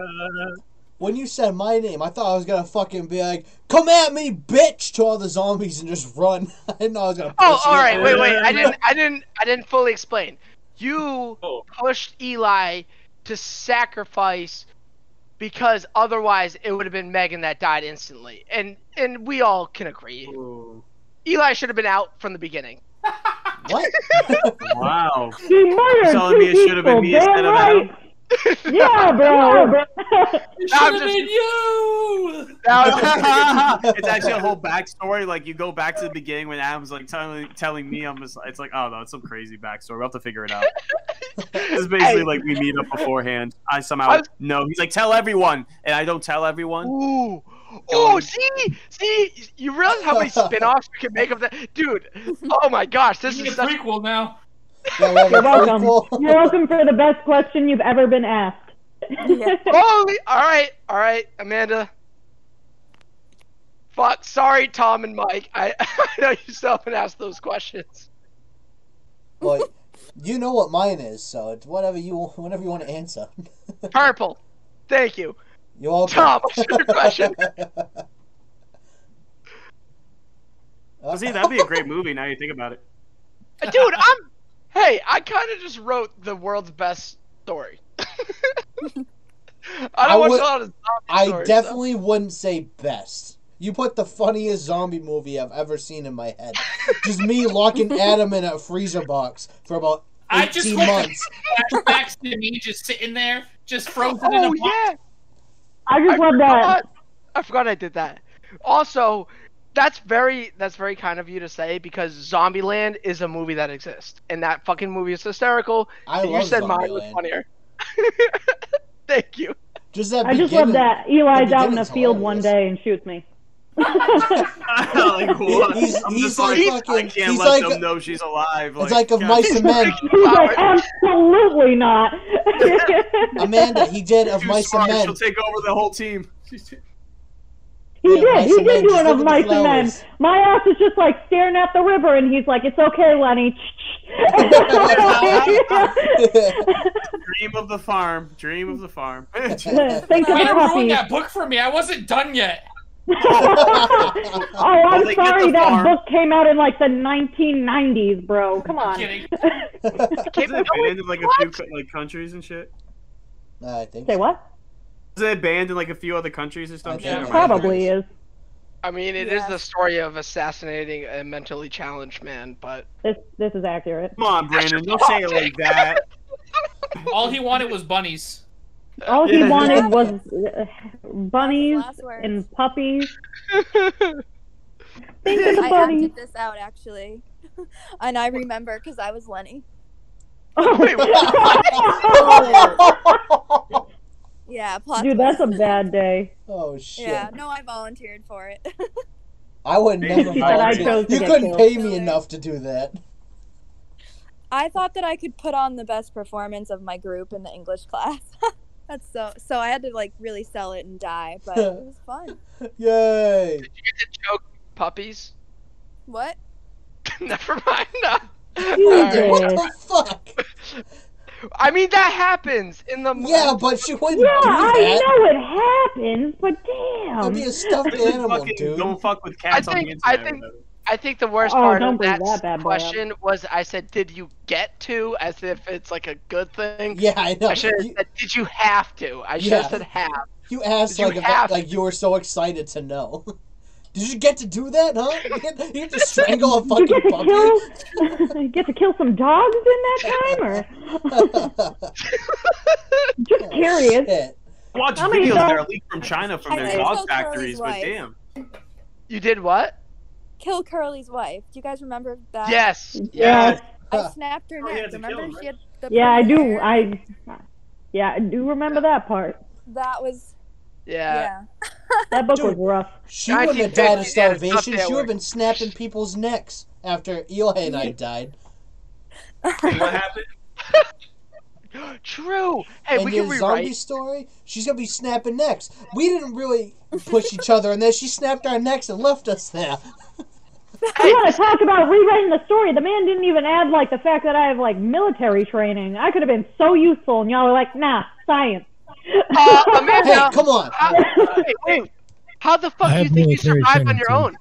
S3: when you said my name, I thought I was going to fucking be like, come at me, bitch, to all the zombies and just run. I didn't know I was going to
S1: Oh, all right. Wait, wait. I didn't. I didn't. I didn't fully explain. You
S2: oh.
S1: pushed Eli to sacrifice because otherwise it would have been Megan that died instantly, and and we all can agree Eli should have been out from the beginning.
S3: What?
S2: Wow.
S4: She murdered
S2: Telling me
S4: two
S2: it should have been
S4: people.
S2: me
S4: Damn
S2: instead of
S4: right.
S2: Adam.
S4: Yeah, bro.
S5: It
S1: I'm
S5: should have
S1: just-
S5: been you.
S1: Now it's just-
S2: it's actually a whole backstory. Like you go back to the beginning when Adam's like telling telling me, I'm just, it's like, oh no, it's some crazy backstory. We'll have to figure it out. It's basically
S1: Hey.
S2: like we meet up beforehand. I somehow
S1: I was-
S2: no. He's like, tell everyone, and I don't tell everyone.
S1: Ooh. Oh, see, see, you realize how many spin-offs you can make of that, dude. Oh my gosh, this
S5: You
S1: is
S5: get a
S1: such.
S5: prequel now.
S3: Yeah, well,
S4: You're
S3: that's
S4: welcome.
S3: cool.
S4: You're welcome for the best question you've ever been asked.
S7: Yeah.
S1: Holy! All right, all right, Amanda. Fuck. Sorry, Tom and Mike. I, I know you still haven't asked those questions.
S3: Well, you know what mine is, so it's whatever you whenever you want to answer.
S1: Purple. Thank you,
S3: You're welcome.
S1: Tom. What's your question?
S3: Uh,
S2: See, that'd be a great movie. Now you think about it.
S1: Dude, I'm. Hey, I kind of just wrote the world's best story. I
S3: I
S1: don't watch
S3: would-
S1: a lot of zombie
S3: I
S1: stories, so-
S3: definitely wouldn't say best. You put the funniest zombie movie I've ever seen in my head. Just me locking Adam in a freezer box for about
S5: I just
S3: 18
S5: went-
S3: months.
S5: Flashbacks to me just sitting there, just frozen in a
S1: Oh
S5: box.
S1: yeah.
S4: I just
S1: I
S4: love that.
S1: forgot- I forgot I did that. Also, that's very that's very kind of you to say because Zombieland is a movie that exists, and that fucking movie is hysterical.
S3: I
S1: you
S3: love
S1: said mine was
S3: Zombieland.
S1: funnier. Thank you.
S3: Just that
S4: I just love
S3: beginning.
S4: that Eli's out in
S3: the
S4: a
S3: beginning's
S4: field one
S3: hilarious.
S4: day and shoots me.
S2: like what?
S3: He's-
S2: I'm
S3: he's
S2: just like,
S3: like
S2: I
S3: fucking-
S2: can't
S3: he's
S2: let
S3: like-
S2: them know she's alive.
S3: It's like of
S2: God.
S3: Mice and Men.
S4: He's like, absolutely not.
S3: Amanda, he did of
S2: Too
S3: Mice and
S2: smart,
S3: Men.
S2: She'll take over the whole team.
S4: He
S3: Yeah,
S4: did.
S3: mice
S4: He
S3: and men,
S4: did do it
S3: just look
S4: of
S3: at the
S4: mice and men.
S3: flowers.
S4: My ass is just like staring at the river, and he's like, "It's okay, Lenny."
S2: Dream of the farm. Dream of the farm.
S4: Oh, Thanks for
S5: Way
S4: the
S5: to ruin
S4: puppy.
S5: that book for me. I wasn't done yet.
S4: oh,
S2: Well,
S4: I'm
S2: they get
S4: sorry.
S2: the
S4: That
S2: farm.
S4: book came out in like the 1990s, bro. Come on.
S5: Kidding.
S1: Keep
S2: Isn't it
S1: going.
S2: banned in like a few co- like countries and shit?
S3: Nah, I think.
S4: Say what?
S2: Isn't it banned in like a few other countries or something?
S3: Yeah,
S2: Never mind.
S4: Probably is.
S1: I mean, it is
S7: Yeah.
S1: the story of assassinating a mentally challenged man, but
S4: This this is accurate.
S2: Come on, Brandon. Don't say it like that.
S5: All he wanted was bunnies.
S4: All he
S2: Yeah.
S4: wanted was uh, bunnies
S7: Last words.
S4: and puppies. Think of the
S7: I
S4: bunnies.
S7: acted this out actually, and I remember because I was Lenny.
S4: Oh,
S1: Wait, what?
S7: Yeah, plot
S4: Dude, that's a
S7: twist.
S4: bad day.
S3: oh shit!
S7: Yeah, no, I volunteered for it.
S3: I would never.
S2: She said, "I
S3: volunteer.
S4: chose to
S3: you
S4: get
S3: couldn't
S4: killed."
S3: pay me enough to do that.
S7: I thought that I could put on the best performance of my group in the English class. that's so. So I had to like really sell it and die, but it was fun.
S3: Yay!
S1: Did you get to choke puppies?
S7: What?
S1: Never mind. No.
S4: You
S1: All right.
S4: did.
S3: What the fuck?
S1: I mean, that happens in the.
S3: Yeah, but she wouldn't
S4: Yeah,
S3: do
S4: I
S3: that.
S4: know it happens, but damn.
S3: That'd be a stuffed
S2: Just
S3: animal,
S2: fucking
S3: dude.
S2: Don't fuck with cats
S1: think-
S2: on the internet.
S1: I think- I think the worst
S4: Oh,
S1: part
S4: don't
S1: of
S4: bring
S1: that,
S4: that bad boy up.
S1: question was I said, "Did you get to?" As if it's like a good thing.
S3: Yeah, I know.
S1: I should have
S3: You,
S1: said, "Did you have to?" I should have
S3: Yeah.
S1: said, "Have."
S3: you asked
S1: Did you
S3: like
S1: have
S3: if, like you were so excited to know. Did you get to do that, huh? You get, you get to strangle a
S4: you get
S3: fucking
S4: to
S3: puppy?
S4: kill, you get to kill some dogs in that time, or just curious.
S3: Shit.
S2: Watch
S4: How many
S2: videos that are
S4: dogs-
S2: leaked from China from
S7: I
S2: their
S7: think
S2: dog
S7: so, Charlie's
S2: factories, but
S7: wife.
S2: damn.
S1: You did what?
S7: Kill Curly's wife. Do you guys remember that?
S1: Yes.
S4: Uh, Yeah,
S7: I snapped her
S2: Oh, yeah,
S7: neck.
S2: to kill
S7: remember
S2: him,
S7: she had the
S4: yeah, I
S7: purple
S4: do.
S7: hair?
S4: I, yeah, I do remember that part.
S7: That was
S1: Yeah.
S7: yeah.
S4: That book
S3: Dude.
S4: was rough.
S3: She wouldn't have
S1: 1950s,
S3: died of
S1: yeah, it's not
S3: starvation.
S1: that
S3: She would have
S1: way.
S3: been snapping people's necks after Eli and I died.
S2: Wait, what happened?
S1: True. Hey,
S3: and
S1: we
S3: your
S1: can
S3: zombie
S1: rewrite.
S3: story, she's gonna be snapping necks. We didn't really push each other, and then she snapped our necks and left us there.
S1: Hey,
S4: You want to talk about rewriting the story? The man didn't even add like the fact that I have like military training. I could have been so useful, and y'all were like, nah, science.
S1: Uh, Amanda,
S3: Hey, come on.
S1: how, wait, wait. How the fuck
S8: I
S1: do you
S8: have
S1: think you
S8: military
S1: survived on
S8: training,
S1: your
S8: too.
S1: own?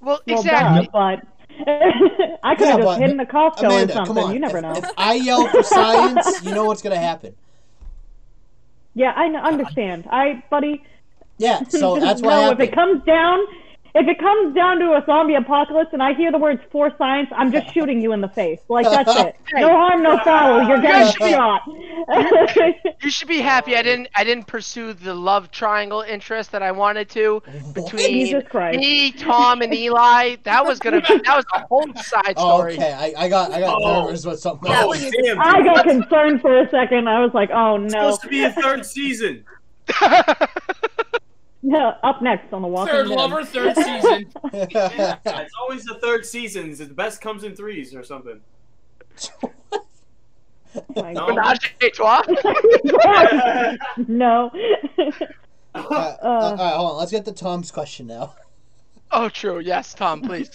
S1: Well,
S4: well,
S1: exactly.
S4: duh, but I could
S3: Yeah,
S4: have
S3: but
S4: just hidden the Costco
S3: Amanda,
S4: or
S3: come
S4: something.
S3: on.
S4: You never
S3: if,
S4: know.
S3: If I yell for science, you know what's gonna happen.
S4: yeah, I n- understand. I, buddy.
S3: Yeah, so that's what
S4: no,
S3: happened.
S4: if it comes down, if it comes down to a zombie apocalypse and I hear the words for science, I'm just shooting you in the face. Like that's it. No harm, no foul. You're getting
S3: Yes.
S4: shot.
S1: You should be happy. I didn't. I didn't pursue the love triangle interest that I wanted to between
S4: Jesus Christ.
S1: me, Tom, and Eli. That was gonna. Be, that was a whole side
S3: Oh,
S1: story.
S3: okay. I, I got I got
S2: Oh.
S3: nervous about something.
S7: That
S2: oh,
S7: was-
S2: damn.
S4: I
S2: dude.
S4: got concerned for a second. I was like, oh
S2: It's
S4: no.
S2: supposed to be a third season.
S4: no. Up next on the Walking
S5: Third
S4: Dead.
S5: lover, third season.
S2: Yeah, it's always the third season. The best comes in threes or something.
S4: Oh My
S2: No.
S4: God.
S1: Menage a trois?
S4: no.
S3: Uh, all right, hold on. Let's get to Tom's question now.
S1: Oh, true. Yes, Tom. Please.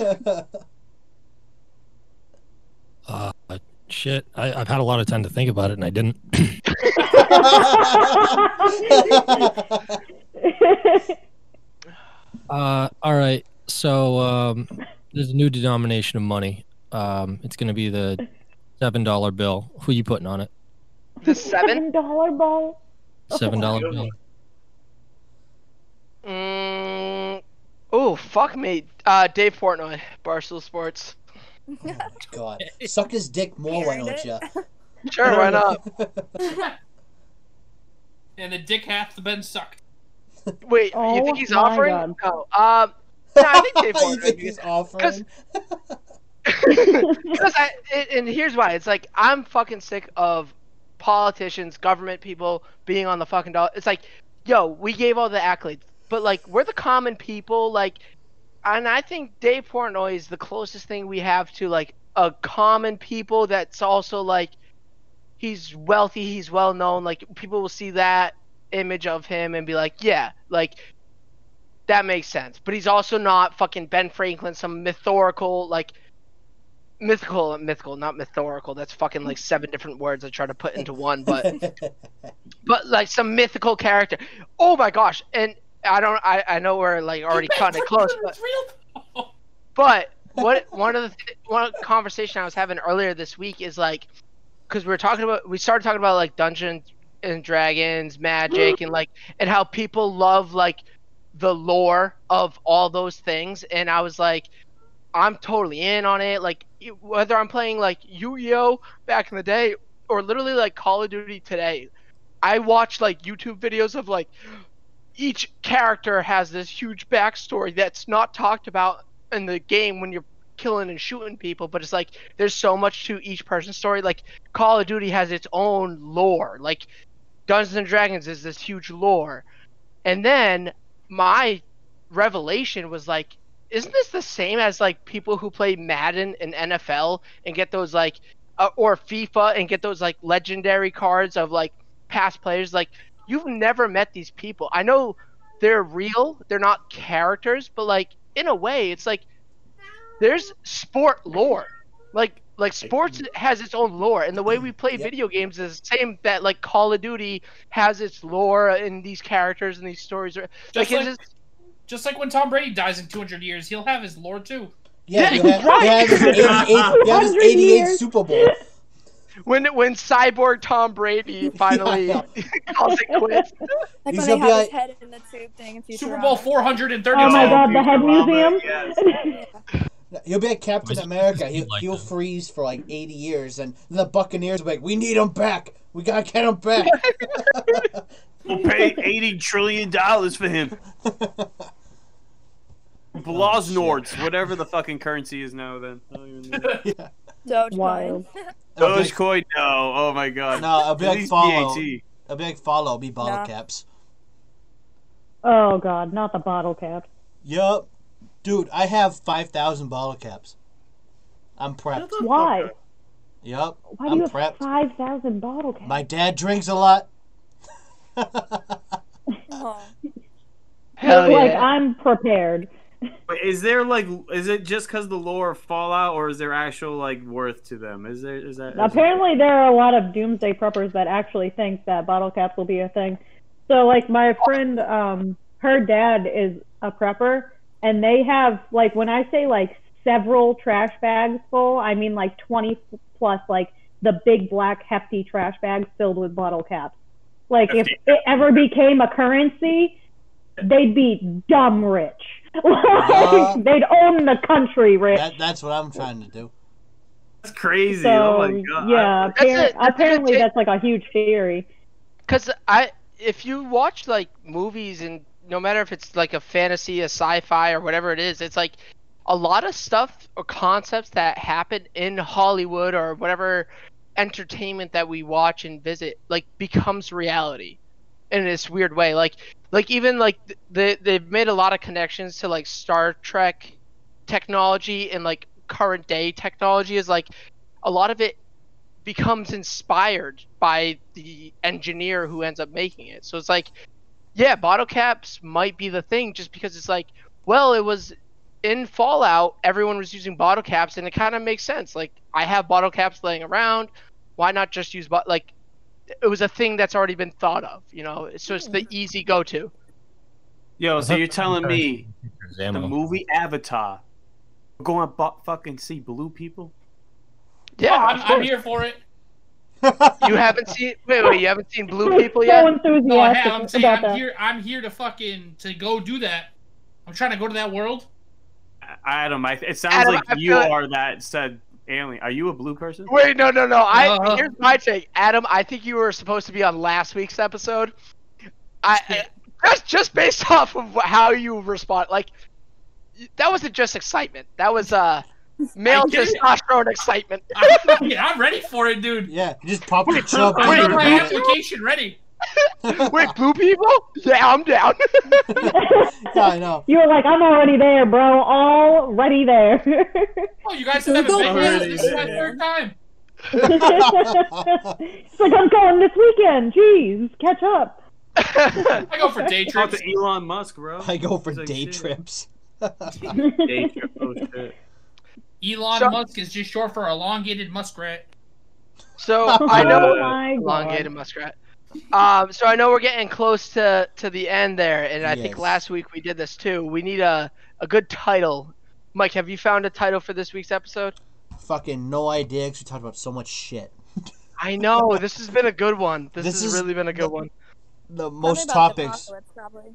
S8: Uh, shit. I, I've had a lot of time to think about it, and I didn't. Uh, all right. So um, there's a new denomination of money. Um, it's going to be the seven dollar bill. Who you putting on it?
S1: The seven.
S4: dollar ball.
S8: Seven dollar
S2: Good
S8: bill.
S2: one.
S1: Mm, oh, fuck me. Uh, Dave Portnoy, Barstool Sports.
S3: God, suck his dick more, why don't you?
S1: Sure, why not?
S5: and the dick hath been sucked.
S1: Wait, you
S4: Oh
S1: think he's
S4: my
S1: offering?
S4: God.
S1: No. Um, no, I think Dave
S3: you
S1: Portnoy.
S3: think he's offering?
S1: because I it, and here's why it's like I'm fucking sick of politicians, government people being on the fucking dollar. It's like, yo, we gave all the accolades, but like we're the common people. Like, and I think Dave Portnoy is the closest thing we have to like a common people that's also like he's wealthy, he's well known. Like people will see that image of him and be like, yeah, like that makes sense. But he's also not fucking Ben Franklin, some mythorical like mythical, mythical, not mythorical. That's fucking like seven different words I try to put into one, but but like some mythical character. Oh my gosh! And I don't, I, I know we're like already cutting it close, but
S5: Real-
S1: but what one of the th- one conversation I was having earlier this week is like, because we were talking about we started talking about like Dungeons and Dragons, Magic, and like and how people love like the lore of all those things, and I was like, I'm totally in on it. Like you- whether I'm playing like Yu-Gi-Oh back in the day or literally like Call of Duty today, I watch like YouTube videos of like each character has this huge backstory that's not talked about in the game when you're killing and shooting people, but it's like there's so much to each person's story. Like Call of Duty has its own lore. Like Dungeons and Dragons is this huge lore. And then my revelation was like, isn't this the same as like people who play Madden and NFL and get those like uh, or FIFA and get those like legendary cards of like past players. Like you've never met these people. I know they're real, they're not characters, but like in a way, it's like there's sport lore. Like like sports has its own lore, and the way
S5: Mm-hmm.
S1: we play
S3: Yep.
S1: video games is the same that like Call of Duty has its lore and these characters and these stories. Are, like,
S5: Just like,
S1: it's just,
S5: just like when Tom Brady dies in 200 years, he'll have his lore too.
S1: Yeah,
S3: Yeah, you have,
S1: right.
S3: you have his 88, you have his
S4: 200
S3: 88
S4: years.
S3: Super Bowl.
S1: when when Cyborg Tom Brady finally
S3: Yeah.
S1: calls it quits.
S3: He's
S7: Like when
S3: gonna
S7: they
S3: be
S7: have his
S3: like-
S7: head in the tube thing in Futurama.
S5: Super Bowl 430.
S4: Oh my
S2: Oh,
S4: god, the head
S2: Futurama,
S4: museum.
S2: yes.
S3: He'll be like Captain
S8: Was-
S3: America. He'll,
S8: like
S3: he'll
S8: that.
S3: freeze for like 80 years, and the Buccaneers will be like, we need him back. We got to get him back.
S2: We'll pay eighty trillion dollars for him. Blasnords, whatever the fucking currency is now. Then I don't even know.
S7: Dogecoin.
S4: Wild.
S3: It'll be like-
S2: Dogecoin. No, oh my god.
S3: no, I'll be
S2: At
S3: like,
S2: least
S3: follow.
S2: BAT.
S3: I'll be like, follow me, bottle
S7: No.
S3: caps.
S4: Oh god, not the bottle cap.
S3: Yup. Dude, I have 5,000 bottle caps. I'm prepped.
S4: Why?
S3: Yup.
S4: Why do
S3: I'm
S4: you have
S3: prepped.
S4: five thousand bottle caps?
S3: My dad drinks a lot.
S7: Oh.
S1: Hell yeah.
S4: Like I'm prepared.
S2: But is there like, is it just because the lore of Fallout, or is there actual like worth to them? Is there is that? is it-
S4: Apparently, there are a lot of doomsday preppers that actually think that bottle caps will be a thing. So, like my friend, um, her dad is a prepper, and they have like when I say like several trash bags full, I mean like 20 plus, like the big black hefty trash bags filled with bottle caps. Like if it ever became a currency, they'd be dumb rich. like,
S3: Uh,
S4: they'd own the country rich.
S3: That, that's what I'm trying to do.
S2: that's crazy.
S4: So,
S2: oh my god.
S4: yeah,
S1: That's
S4: appar-
S1: it. That's
S4: apparently
S1: it.
S4: that's like a huge theory.
S1: Because I, if you watch like movies and no matter if it's like a fantasy, a sci-fi, or whatever it is, it's like a lot of stuff or concepts that happen in Hollywood or whatever entertainment that we watch and visit like becomes reality in this weird way. Like, like even like th- they they've made a lot of connections to like Star Trek technology and like current day technology is like a lot of it becomes inspired by the engineer who ends up making it. So it's like, yeah, bottle caps might be the thing just because it's like, well, it was in Fallout, everyone was using bottle caps, and it kind of makes sense. Like, I have bottle caps laying around. Why not just use, bot like, it was a thing that's already been thought of, you know? So it's
S5: Hmm.
S1: the easy go to.
S2: Yo, so you're telling me
S8: There's
S2: the
S8: ammo.
S2: movie Avatar, we're going to bu- fucking see blue people?
S5: Oh,
S1: Yeah,
S5: I'm,
S1: of
S5: I'm
S1: course.
S5: here for it.
S1: You haven't seen, wait, wait, you haven't seen Blue People
S4: so
S1: yet?
S4: enthusiastic
S5: No, I have. I'm saying
S4: about
S5: I'm
S4: that.
S5: here. I'm here to fucking to go do that. I'm trying to go to that world.
S2: Adam, I, it sounds
S1: Adam,
S2: like
S1: I
S2: you
S1: feel like-
S2: are that said alien. Are you a blue person?
S1: Wait, no, no, no. I
S5: Uh-huh.
S1: here's my take, Adam. I think you were supposed to be on last week's episode. I, I just just based off of wh- how you respond, like that wasn't just excitement. That was uh male
S5: I get it.
S1: testosterone excitement.
S5: I'm, fucking, I'm ready for it, dude.
S3: Yeah, you just pop your chub.
S5: I
S1: wait,
S5: got my
S1: wait.
S5: application ready.
S1: Wait, blue people? Yeah, I'm down.
S3: Yeah, I know.
S4: You were like, I'm already there, bro. Already there.
S5: Oh, you guys haven't been
S2: Already
S5: here. This is my
S2: there.
S5: third time.
S4: it's like I'm going this weekend. Jeez, catch up.
S5: I go for day
S2: Talk
S5: trips.
S2: to Elon Musk, bro.
S3: I go for
S2: It's like
S3: day
S2: shit.
S3: trips.
S2: Day trip. Oh, shit.
S5: Elon
S1: So-
S5: Musk is just short for elongated muskrat.
S1: so I know
S4: Oh my
S1: elongated
S4: god.
S1: muskrat. Um, so I know we're getting close to to the end there, and I
S3: Yes.
S1: think last week we did this too. We need a a good title. Mike, have you found a title for this week's episode?
S3: Fucking no idea 'cause we talked about so much shit.
S1: I know this has been a good one. This,
S3: This
S1: has
S3: is-
S1: really been a good one.
S3: The
S7: Probably
S3: most
S7: about the
S3: topics.
S7: apocalypse, probably.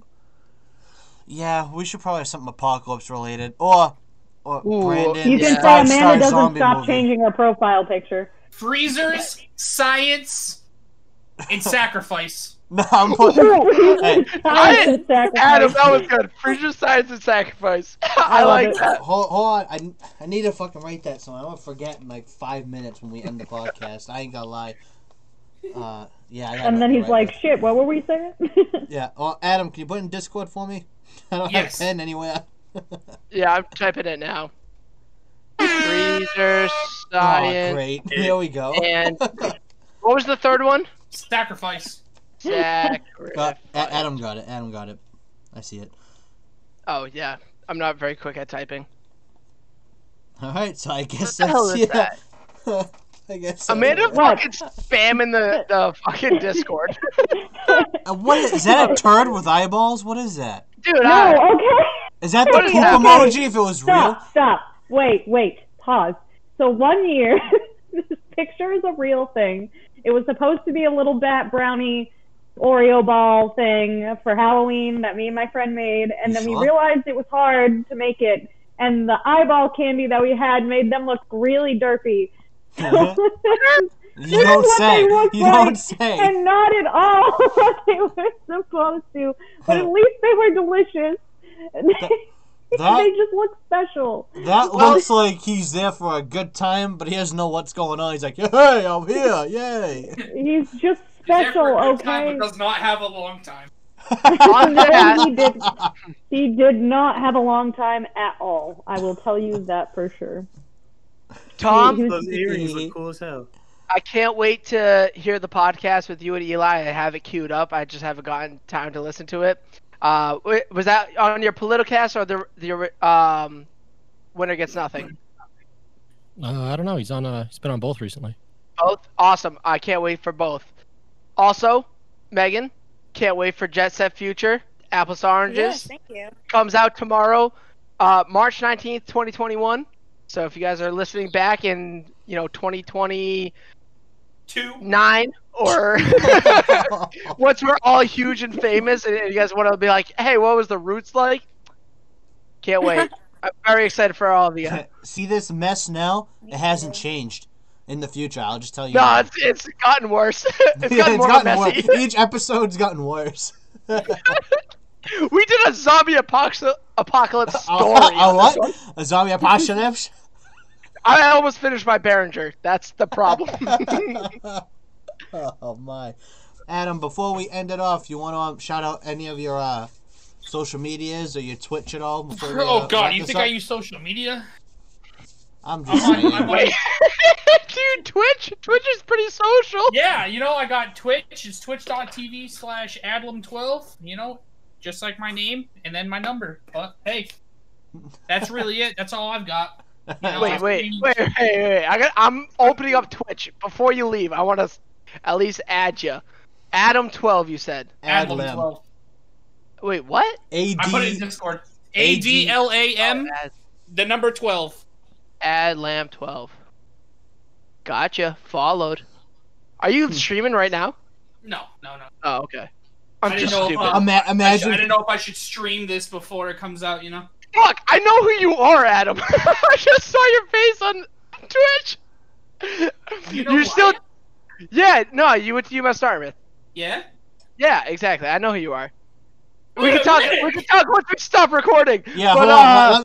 S3: Yeah, we should probably have something apocalypse related. Or, or
S1: Ooh,
S3: Brandon.
S4: You
S1: Yeah.
S4: can
S3: five-star
S4: say Amanda doesn't
S3: zombie
S4: stop
S3: movie.
S4: changing her profile picture.
S5: Freezers, science, in sacrifice.
S3: No, I'm putting. Hey.
S1: I- Adam, that was
S4: Sacrifice.
S1: good. Preacher science and sacrifice. I
S3: love
S1: like
S3: it.
S1: that.
S3: Hold, hold on. I, I need to fucking write that somewhere. I'm going to forget in like five minutes when we end the podcast. I ain't going to lie. Uh, yeah, I gotta
S4: And then he's
S3: write
S4: like,
S3: that.
S4: "Shit, what were we saying?"
S3: Yeah. Oh, Adam, can you put in Discord for me? I don't
S5: Yes.
S3: have a pen anywhere.
S1: Yeah, I'm typing it now. Freezer
S3: Oh,
S1: science
S3: great. Here we go.
S1: and what was the third one?
S5: Sacrifice.
S3: Got,
S1: Sacrifice.
S3: Uh, A- Adam got it. Adam got it. I see it.
S1: Oh yeah, I'm not very quick at typing.
S3: All right, so I guess
S1: What the hell
S3: that's
S1: is
S3: yeah.
S1: that?
S3: I guess.
S1: Amanda
S4: What?
S1: fucking spamming the, the fucking Discord.
S3: Uh, what is, is that? A turd with eyeballs? What is that?
S1: Dude, I,
S4: no, okay.
S3: Is that the
S1: What is
S3: poop
S1: that?
S3: emoji? If it was real,
S4: Stop, stop. Wait, wait. Pause. So one year, this picture is a real thing. It was supposed to be a little bat brownie Oreo ball thing for Halloween that me and my friend made, and then
S3: Sure.
S4: we realized it was hard to make it. And the eyeball candy that we had made them look really derpy.
S3: you don't
S4: what
S3: say.
S4: they look
S3: You
S4: like.
S3: don't say.
S4: and not at all what they were supposed to. But at least they were delicious. And they,
S3: That
S4: they just look special.
S3: that looks like he's there for a good time, but he doesn't know what's going on. He's like, "Hey, I'm here! Yay!"
S4: He's just
S5: There
S4: special,
S5: for a good time,
S4: okay?
S5: but does not have a long time.
S1: on
S4: No,
S1: that,
S4: he did. He did not have a long time at all. I will tell you that for sure.
S1: Tom,
S2: Those earrings look cool as hell.
S1: I can't wait to hear the podcast with you and Eli. I have it queued up. I just haven't gotten time to listen to it. Uh, wa- was that on your Politicast or the the um, winner gets nothing?
S8: Uh, I don't know. He's on. Uh, he's been on both recently.
S1: Both awesome. I can't wait for both. Also, Megan, can't wait for Jet Set Future. Apples to oranges
S7: Yes, thank you.
S1: comes out tomorrow, uh, March nineteenth, twenty twenty one. So if you guys are listening back in you know twenty twenty
S5: Two.
S1: nine or once we're all huge and famous, and you guys want to be like, "Hey, what was the roots like?" Can't wait. I'm very excited for all of you. guys.
S3: See this mess now? It hasn't changed. In the future, I'll just tell you.
S1: No,
S3: now.
S1: it's, it's gotten worse. it's gotten
S3: Yeah,
S1: more messy.
S3: worse. Each episode's gotten worse.
S1: We did a zombie apox- apocalypse
S3: A-
S1: story.
S3: a
S1: on this
S3: what?
S1: one.
S3: A zombie apocalypse?
S1: I almost finished my Behringer. That's the problem.
S3: oh my, Adam! Before we end it off, you want to um, shout out any of your uh, social medias or your Twitch at all? Before we,
S5: Oh
S3: uh,
S5: god,
S3: wrap
S5: you
S3: this
S5: think
S3: up?
S5: I use social media?
S3: I'm just
S5: I'm on,
S3: saying.
S5: I'm on-
S1: Wait. Dude, Twitch, Twitch is pretty social.
S5: yeah, you know, I got Twitch. It's twitch.tv slash adlum12, you know, just like my name and then my number. But hey, that's really it. That's all I've got. You know,
S1: Wait,
S5: I've
S1: wait,
S5: been-
S1: wait, wait, wait. I got, I'm opening up Twitch before you leave. I want to at least add you. Adam twelve, you said.
S3: Ad
S5: Adlum
S3: lib.
S5: 12.
S1: Wait, what?
S3: Ad.
S5: I put it in Discord. A
S3: AD.
S5: D L A M, the number 12.
S1: Ad Oh, Lamb twelve. Gotcha. Followed. Are you streaming right now?
S5: No, no, no.
S1: Oh, okay. um, I'm
S5: I
S1: just
S5: didn't know if,
S1: stupid.
S5: uh,
S3: Ima-
S5: I, should, I
S3: imagine.
S5: didn't know if I should stream this before it comes out, you know?
S1: Fuck! I know who you are, Adam. I just saw your face on Twitch.
S5: You know
S1: are
S5: who
S1: still.
S5: I am?
S1: Yeah, no, you went to UMass Dartmouth.
S5: Yeah?
S1: Yeah, exactly. I know who you are. We
S5: Wait
S1: can
S5: a
S1: talk.
S5: minute.
S1: We can talk once we stop recording.
S3: Yeah,
S1: but,
S3: hold on.
S1: uh,
S3: let-